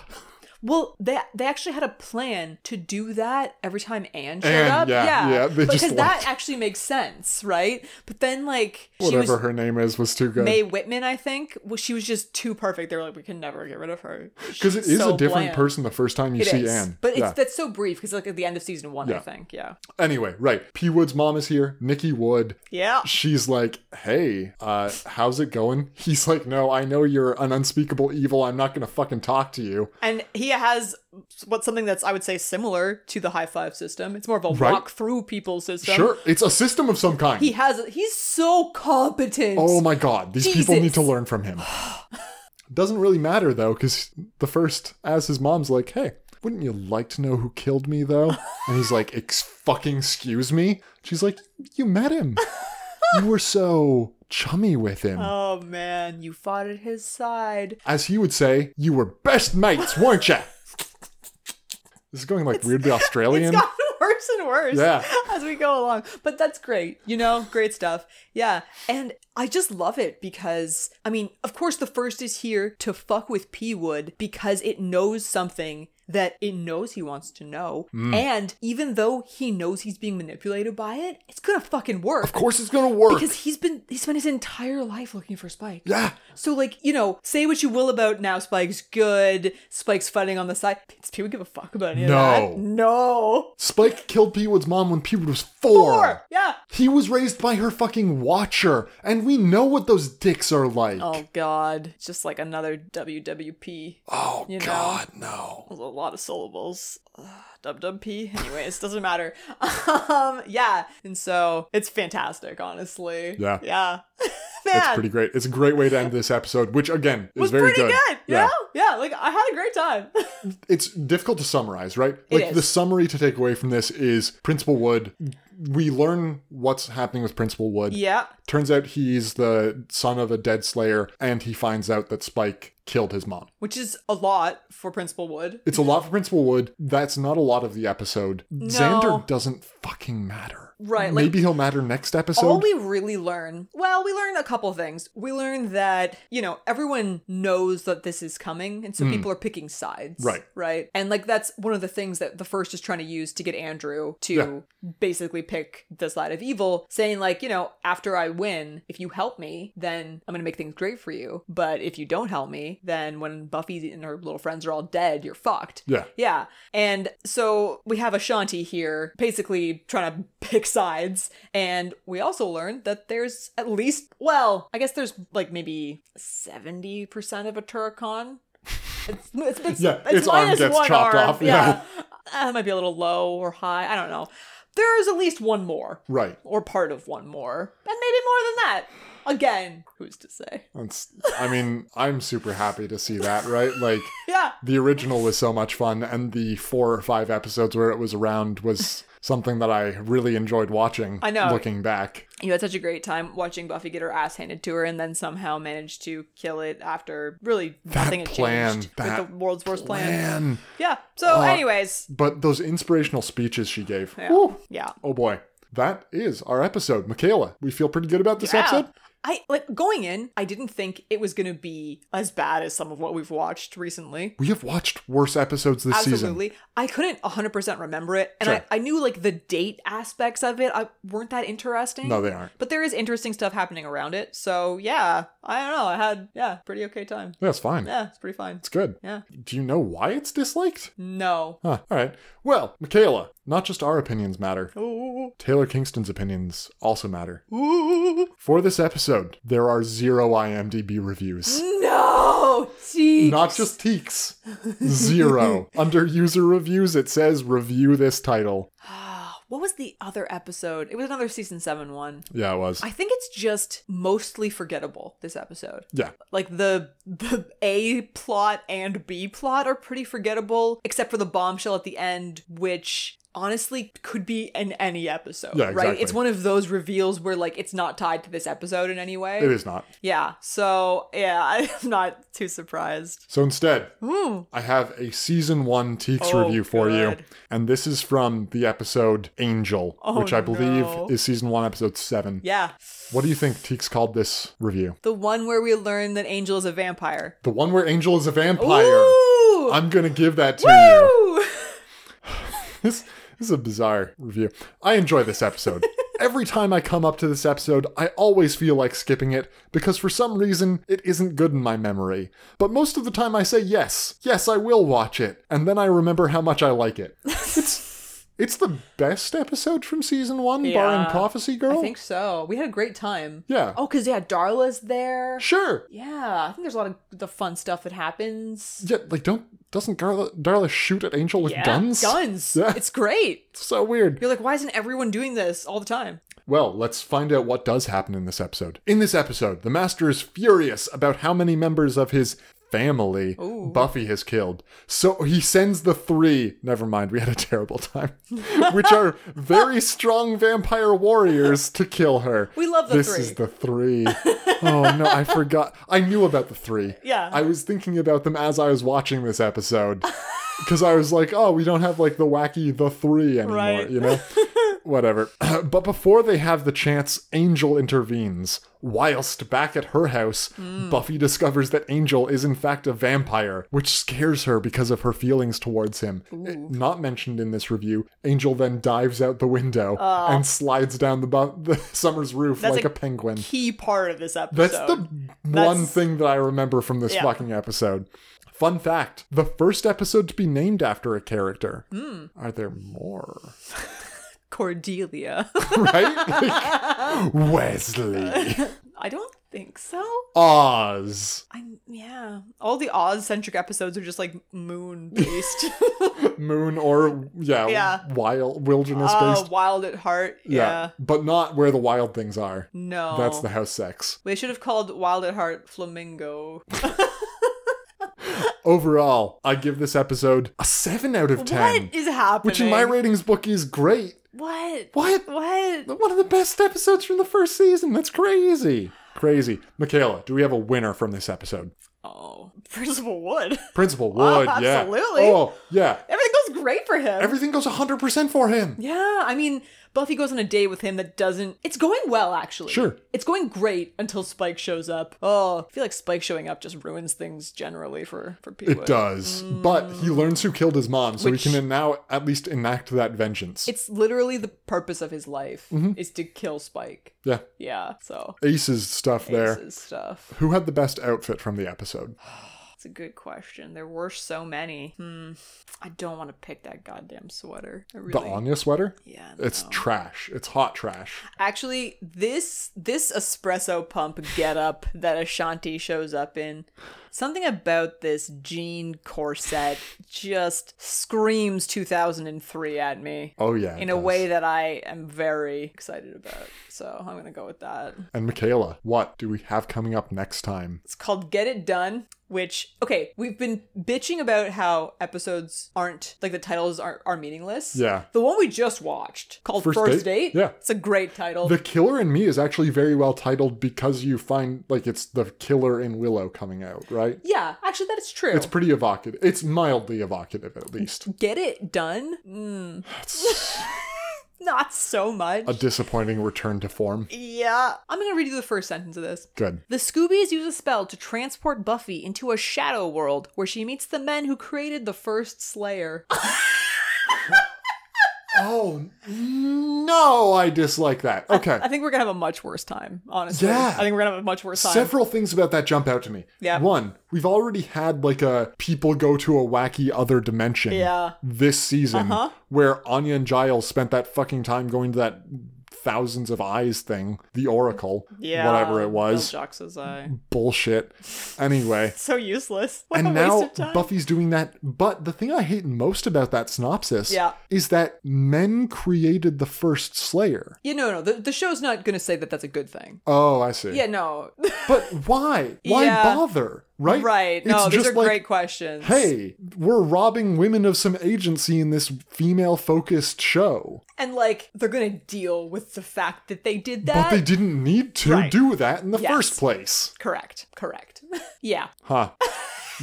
A: Well, they they actually had a plan to do that every time Anne showed
B: Anne,
A: up.
B: yeah,
A: Yeah,
B: yeah, they
A: because
B: just
A: that
B: like-
A: actually makes sense, right? But then like she
B: Whatever
A: was
B: her name is was too
A: Mae
B: good.
A: Whitman, I think. Well, she was just too perfect. They were like, we can never get rid of her
B: Because it is
A: so
B: a different
A: bland.
B: person the first time you
A: It
B: see
A: is.
B: Anne.
A: but it's
B: Yeah.
A: that's so brief because like at the end of season one,
B: Yeah.
A: I think. Yeah,
B: anyway, right. P Wood's mom is here. Nikki Wood.
A: yeah.
B: she's like, "Hey, uh, how's it going?" He's like, "No, I know you're an unspeakable evil. I'm not gonna fucking talk to you."
A: And he has what something that's I would say similar to the high five system. It's more of a
B: Right.
A: walk through people system.
B: Sure, it's a system of some kind.
A: He has. He's so competent.
B: oh my god, these people need
A: Jesus.
B: to learn from him. Doesn't really matter though, because the first, as his mom's like, "Hey, wouldn't you like to know who killed me though?" And he's like, Ex- "Fucking excuse me." She's like, "You met him. you were so chummy with him."
A: Oh man, you fought at his side.
B: As he would say, you were best mates, weren't you? This is going like weirdly
A: It's
B: Australian.
A: gotten worse worse and worse
B: Yeah.
A: as we go along. But that's great, you know, great stuff. Yeah. And I just love it because, I mean, of course, the first is here to fuck with P Wood because it knows something that it knows he wants to know.
B: Mm.
A: And even though he knows he's being manipulated by it, it's gonna fucking work.
B: Of course, it's gonna work.
A: Because he's been he spent his entire life looking for Spike.
B: yeah,
A: So like, you know, say what you will about now Spike's good, Spike's fighting on the side. Does people give a fuck about any
B: No.
A: of that? No.
B: Spike killed P Wood's mom when P Wood was four.
A: Four. Yeah.
B: He was raised by her fucking watcher, and we know what those dicks are like.
A: Oh god. It's just like another WWP.
B: Oh,
A: you know.
B: God, no.
A: That was a lot of syllables. Dub dub p. Anyways, doesn't matter. Um, yeah. And so it's fantastic, honestly.
B: Yeah.
A: Yeah.
B: It's
A: Man.
B: pretty great. It's a great way to end this episode, which again is
A: it was
B: very
A: pretty good.
B: Yeah.
A: Yeah. yeah. Like I had a great time.
B: It's difficult to summarize, right? Like
A: is.
B: the summary to take away from this is Principal Wood. We learn what's happening with Principal Wood.
A: yeah.
B: Turns out he's the son of a dead slayer, and he finds out that Spike killed his mom.
A: Which is a lot for Principal Wood.
B: It's a lot for Principal Wood. That's not a lot of the episode. Xander doesn't fucking matter.
A: Right, like-
B: Maybe he'll matter next episode.
A: All we really learn, well, we learn a couple things. We learn that, you know, everyone knows that this is coming, and so people are picking sides.
B: Hmm. Right.
A: Right. And like that's one of the things that the first is trying to use to get Andrew to basically pick the side of evil, saying, like, you know, after I win, if you help me, then I'm gonna make things great for you. But if you don't help me, then when Buffy and her little friends are all dead, you're fucked.
B: yeah.
A: Yeah. And so we have Ashanti here basically trying to pick sides. And we also learned that there's at least, well, I guess there's like maybe 70% of a Turcon. It's, it's, it's,
B: Yeah,
A: it's
B: its arm
A: minus
B: gets
A: one
B: chopped
A: arm.
B: off,
A: Yeah. That might be a little low or high. I don't know. There's at least one more.
B: Right.
A: Or part of one more. And maybe more than that. Again, who's to say?
B: That's, I mean, I'm super happy to see that, right? Like,
A: Yeah.
B: the original was so much fun, and the four or five episodes where it was around was something that I really enjoyed watching.
A: I know.
B: Looking back.
A: you had such a great time watching Buffy get her ass handed to her and then somehow managed to kill it after really nothing had
B: plan,
A: changed
B: that Oh.
A: with the world's worst plan.
B: Man.
A: Yeah. So anyways,
B: But those inspirational speeches she gave.
A: yeah.
B: Whew.
A: yeah.
B: Oh boy. That is our episode. Michaela, we feel pretty good about this
A: Yeah.
B: episode?
A: I like going in, I didn't think it was gonna be as bad as some of what we've watched recently.
B: We have watched worse episodes this season.
A: Absolutely. I couldn't 100% remember it. And
B: Sure.
A: I, I knew like the date aspects of it I, weren't that interesting.
B: No, they aren't.
A: But there is interesting stuff happening around it. So yeah, I don't know. I had, yeah, pretty okay time.
B: That's fine.
A: Yeah, it's pretty fine.
B: It's good.
A: Yeah.
B: Do you know why it's disliked?
A: No.
B: Huh. All right. Well, Michaela, not just our opinions matter.
A: Ooh.
B: Taylor Kingston's opinions also matter.
A: Ooh.
B: For this episode, there are zero IMDb reviews.
A: No, gee.
B: Not just Teeks. Zero. Under user reviews, it says review this title.
A: what was the other episode? It was another season seven one.
B: Yeah, it was.
A: I think it's just mostly forgettable. This episode,
B: yeah.
A: like the the A plot and B plot are pretty forgettable, except for the bombshell at the end, which honestly could be in any episode.
B: Yeah,
A: Right?
B: exactly.
A: It's one of those reveals where like it's not tied to this episode in any way.
B: It is not.
A: Yeah. So yeah, I'm not too surprised. Hmm,
B: So instead, I have a season one Teeks
A: Oh,
B: review for you.
A: good. Oh,
B: And this is from the episode Angel, which I believe
A: no.
B: is season one, episode seven.
A: Yeah.
B: What do you think Teeks called this review?
A: The one where we learn that Angel is a vampire.
B: The one where Angel is a vampire.
A: Ooh!
B: I'm going to give that to you.
A: Woo!
B: this this is a bizarre review. I enjoy this episode. Every time I come up to this episode, I always feel like skipping it because for some reason it isn't good in my memory. But most of the time I say yes. Yes, I will watch it. And then I remember how much I like it. It's it's the best episode from season 1 barring
A: Yeah.
B: Prophecy Girl.
A: I think so. We had a great time.
B: Yeah.
A: Oh, because yeah, Darla's there.
B: Sure.
A: Yeah, I think there's a lot of the fun stuff that happens.
B: Yeah, like don't doesn't Darla, Darla shoot at Angel with guns?
A: Guns.
B: Yeah.
A: It's great.
B: So weird.
A: You're like, why isn't everyone doing this all the time?
B: Well, let's find out what does happen in this episode. In this episode, the Master is furious about how many members of his family Buffy has killed. So he sends the three, never mind, we had a terrible time, which are very strong vampire warriors to kill her.
A: We love the
B: this
A: three.
B: is the three. Oh no, I forgot. I knew about the three.
A: Yeah.
B: I was thinking about them as I was watching this episode. because I was like, oh, we don't have like the wacky the three anymore,
A: Right.
B: you know? Whatever. but before they have the chance, Angel intervenes. Whilst back at her house,
A: Mm.
B: Buffy discovers that Angel is in fact a vampire, which scares her because of her feelings towards him. Eh, Not mentioned in this review, Angel then dives out the window and slides down the, bu- the summer's roof
A: That's
B: like
A: a
B: a penguin.
A: Key part of this episode.
B: That's the one
A: That's-
B: thing that I remember from this
A: Yeah.
B: fucking episode. Fun fact the first episode to be named after a character.
A: Hmm.
B: Are there more?
A: Cordelia.
B: Right? Like, Wesley.
A: I don't think so.
B: Oz.
A: I yeah. All the Oz centric episodes are just like moon based.
B: Moon or, yeah,
A: Yeah.
B: wild, wilderness
A: uh,
B: based.
A: wild at heart. Yeah.
B: But not where the wild things are.
A: No.
B: That's the house sex.
A: They should have called Wild at Heart Flamingo.
B: Overall, I give this episode a 7 out of 10.
A: What is happening?
B: which in my ratings book is great.
A: What?
B: What?
A: What?
B: One of the best episodes from the first season. That's crazy. Crazy. Michaela, do we have a winner from this episode?
A: Oh, Principal Wood.
B: Principal Wood,
A: Oh,
B: yeah.
A: absolutely.
B: Oh, yeah.
A: Everything goes great for him.
B: Everything goes 100% for him.
A: yeah, I mean, Buffy goes on a date with him that doesn't. It's going well, actually.
B: Sure.
A: It's going great until Spike shows up. Oh, I feel like Spike showing up just ruins things generally for for people.
B: It does. But he learns who killed his mom, so he can now at least enact that vengeance.
A: It's literally the purpose of his life
B: Mm-hmm.
A: is to kill Spike.
B: yeah.
A: Yeah, so
B: Ace's stuff there.
A: Ace's stuff.
B: Who had the best outfit from the episode?
A: It's a good question. There were so many. Hmm. I don't want to pick that goddamn sweater. I really.
B: The Anya sweater?
A: yeah.
B: It's trash. It's hot trash.
A: Actually, this this espresso pump getup that Ashanti shows up in, something about this jean corset just screams 2003 at me
B: Oh, yeah. it
A: in a
B: does.
A: way that I am very excited about. So I'm gonna go with that.
B: And Michaela, what do we have coming up next time?
A: It's called Get It Done, which okay, we've been bitching about how episodes aren't like the titles are are meaningless.
B: Yeah.
A: The one we just watched called
B: First
A: First,
B: Date?
A: Date.
B: Yeah.
A: It's a great title.
B: The Killer in Me is actually very well titled because you find like it's the killer in Willow coming out, right?
A: yeah, actually that is true.
B: It's pretty evocative. It's mildly evocative at least.
A: Get It Done? Mm,
B: That's
A: not so much.
B: a disappointing return to form.
A: yeah. I'm going to read you the first sentence of this.
B: Good.
A: The Scoobies use a spell to transport Buffy into a shadow world where she meets the men who created the first Slayer.
B: Oh no, I dislike that. Okay.
A: I think we're going to have a much worse time, honestly.
B: Yeah.
A: I think we're going to have a much worse time.
B: Several things about that jump out to me.
A: Yeah.
B: One, we've already had like a people go to a wacky other dimension
A: Yeah. Uh-huh.
B: this season where Anya and Giles spent that fucking time going to that thousands of eyes thing, the Oracle,
A: yeah.
B: whatever it was.
A: Jox's eye.
B: Bullshit. Anyway.
A: So useless. What a
B: And
A: waste
B: now
A: of time.
B: Buffy's doing that. But the thing I hate most about that synopsis
A: Yeah.
B: is that men created the first Slayer.
A: yeah, no, no. The, the show's not going to say that that's a good thing.
B: Oh, I see.
A: Yeah, no.
B: But why? Why
A: Yeah.
B: bother? Right?
A: right. No, these are great questions.
B: hey, we're robbing women of some agency in this female focused show.
A: And like they're gonna deal with the fact that they did
B: But
A: that.
B: they didn't need to
A: Right.
B: do that in the
A: Yes.
B: first place.
A: correct. Correct. yeah.
B: Huh.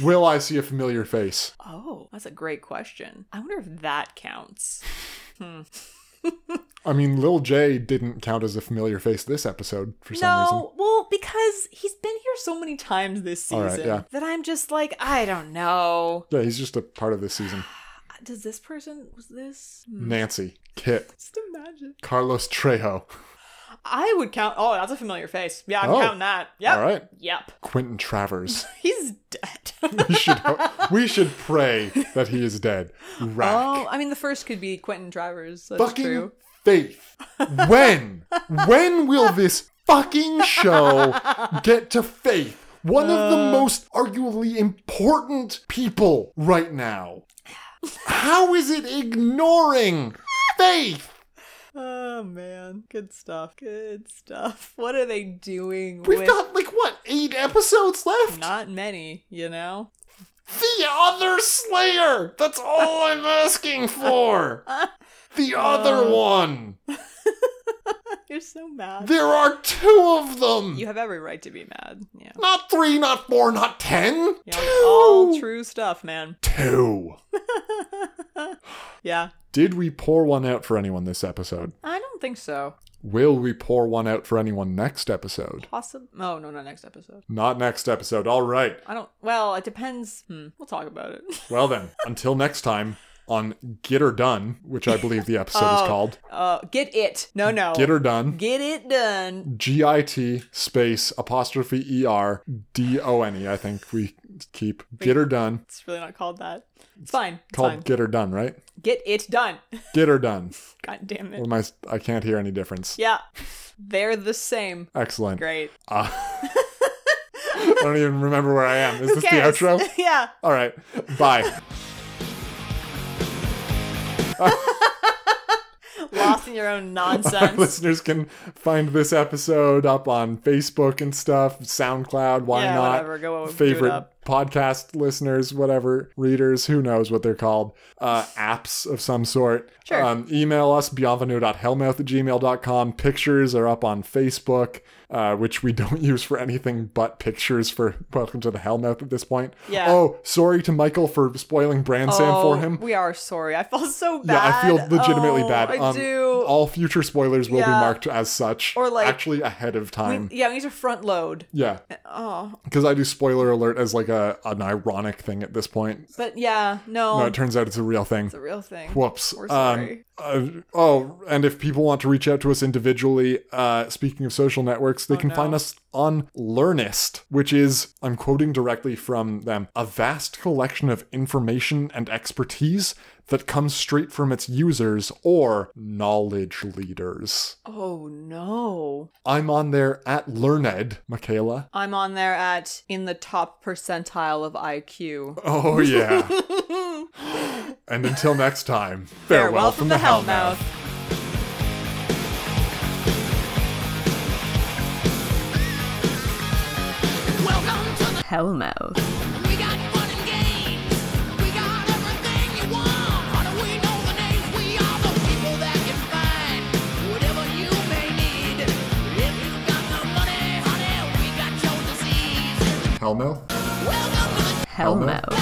B: Will I see a familiar face?
A: Oh, that's a great question. I wonder if that counts.
B: I mean, Lil J didn't count as a familiar face this episode for some reason.
A: No, well, because he's been here so many times this
B: All
A: season
B: right, yeah.
A: that I'm just like, I don't know.
B: Yeah, he's just a part of this season.
A: Does this person was this?
B: Nancy, Kit,
A: Just imagine.
B: Carlos Trejo,
A: I would count. Oh, that's a familiar face. Yeah, I'm
B: Oh.
A: counting that. Yep.
B: All right.
A: Yep.
B: Quentin Travers.
A: He's dead.
B: We should we should pray that he is dead.
A: oh,
B: Rack.
A: I mean, the first could be Quentin Travers. That's
B: fucking
A: true.
B: faith. When when will this fucking show get to faith? One of
A: Uh.
B: the most arguably important people right now. How is it ignoring faith?
A: Oh man, good stuff. Good stuff. What are they doing
B: We've
A: with
B: got like what eight episodes left.
A: not many, you know?
B: The other Slayer! That's all I'm asking for! The
A: Uh.
B: other one!
A: You're so mad.
B: There are two of them!
A: you have every right to be mad. Yeah.
B: Not three, not four, not ten!
A: Yeah,
B: two!
A: like, all true stuff, man.
B: two!
A: Yeah.
B: Did we pour one out for anyone this episode?
A: I don't think so.
B: Will we pour one out for anyone next episode?
A: Possible? No, oh, no, not next episode.
B: Not next episode. All right.
A: I don't. Well, it depends. Hmm. We'll talk about it.
B: Well then, until next time on Get Her Done, which I believe the episode is called.
A: Uh, get it. No, no.
B: Get Her Done.
A: Get it done.
B: G I T space apostrophe E R D O N E. I think we keep Get Her Done.
A: It's really not called that. It's fine. It's
B: Called
A: fine.
B: Get Her Done, right?
A: Get it done.
B: Get Her Done.
A: God damn it.
B: Am I, I can't hear any difference.
A: Yeah. They're the same.
B: Excellent.
A: Great.
B: I don't even remember where I am. Is this the
A: Yes.
B: outro?
A: yeah.
B: All right. Bye.
A: Lost in your own nonsense.
B: listeners can find this episode up on Facebook and stuff, SoundCloud, why
A: Yeah,
B: not?
A: whatever, go do it
B: Favorite
A: up.
B: podcast listeners, whatever, readers, who knows what they're called, uh, apps of some sort.
A: Sure.
B: Um, email us, bienvenue.hellmouth at gmail.com. Pictures are up on Facebook, uh, which we don't use for anything but pictures for Welcome to the Hellmouth at this point.
A: Yeah.
B: Oh, sorry to Michael for spoiling Brand Sam for
A: Oh,
B: him.
A: We are sorry. I felt so bad.
B: Yeah, I feel legitimately
A: Oh,
B: bad.
A: I
B: Um,
A: do.
B: All future spoilers will be
A: Yeah.
B: marked as such,
A: Or, like-
B: actually ahead of time.
A: yeah, we e need to front load.
B: yeah. Oh. Because I do spoiler alert as like a an ironic thing at this point.
A: But yeah, no,
B: No, it turns out it's a real thing.
A: the real thing.
B: Whoops.
A: We're
B: Um,
A: sorry.
B: uh, oh, and if people want to reach out to us individually, uh, speaking of social networks, they can find us on Learnist, which is, I'm quoting directly from them, a vast collection of information and expertise that comes straight from its users or knowledge leaders.
A: oh no.
B: I'm on there at Learned, Michaela.
A: I'm on there at in the top percentile of IQ.
B: Oh, yeah. and until next time, farewell, from, the, Hellmouth.
C: Welcome to the
G: Hellmouth.
C: We got fun and games. We got everything you want. How do we know the names? We are the people that can find whatever you may need. If you got the money, honey, we got your disease.
B: Hellmouth?
C: Welcome to the
G: Hellmouth.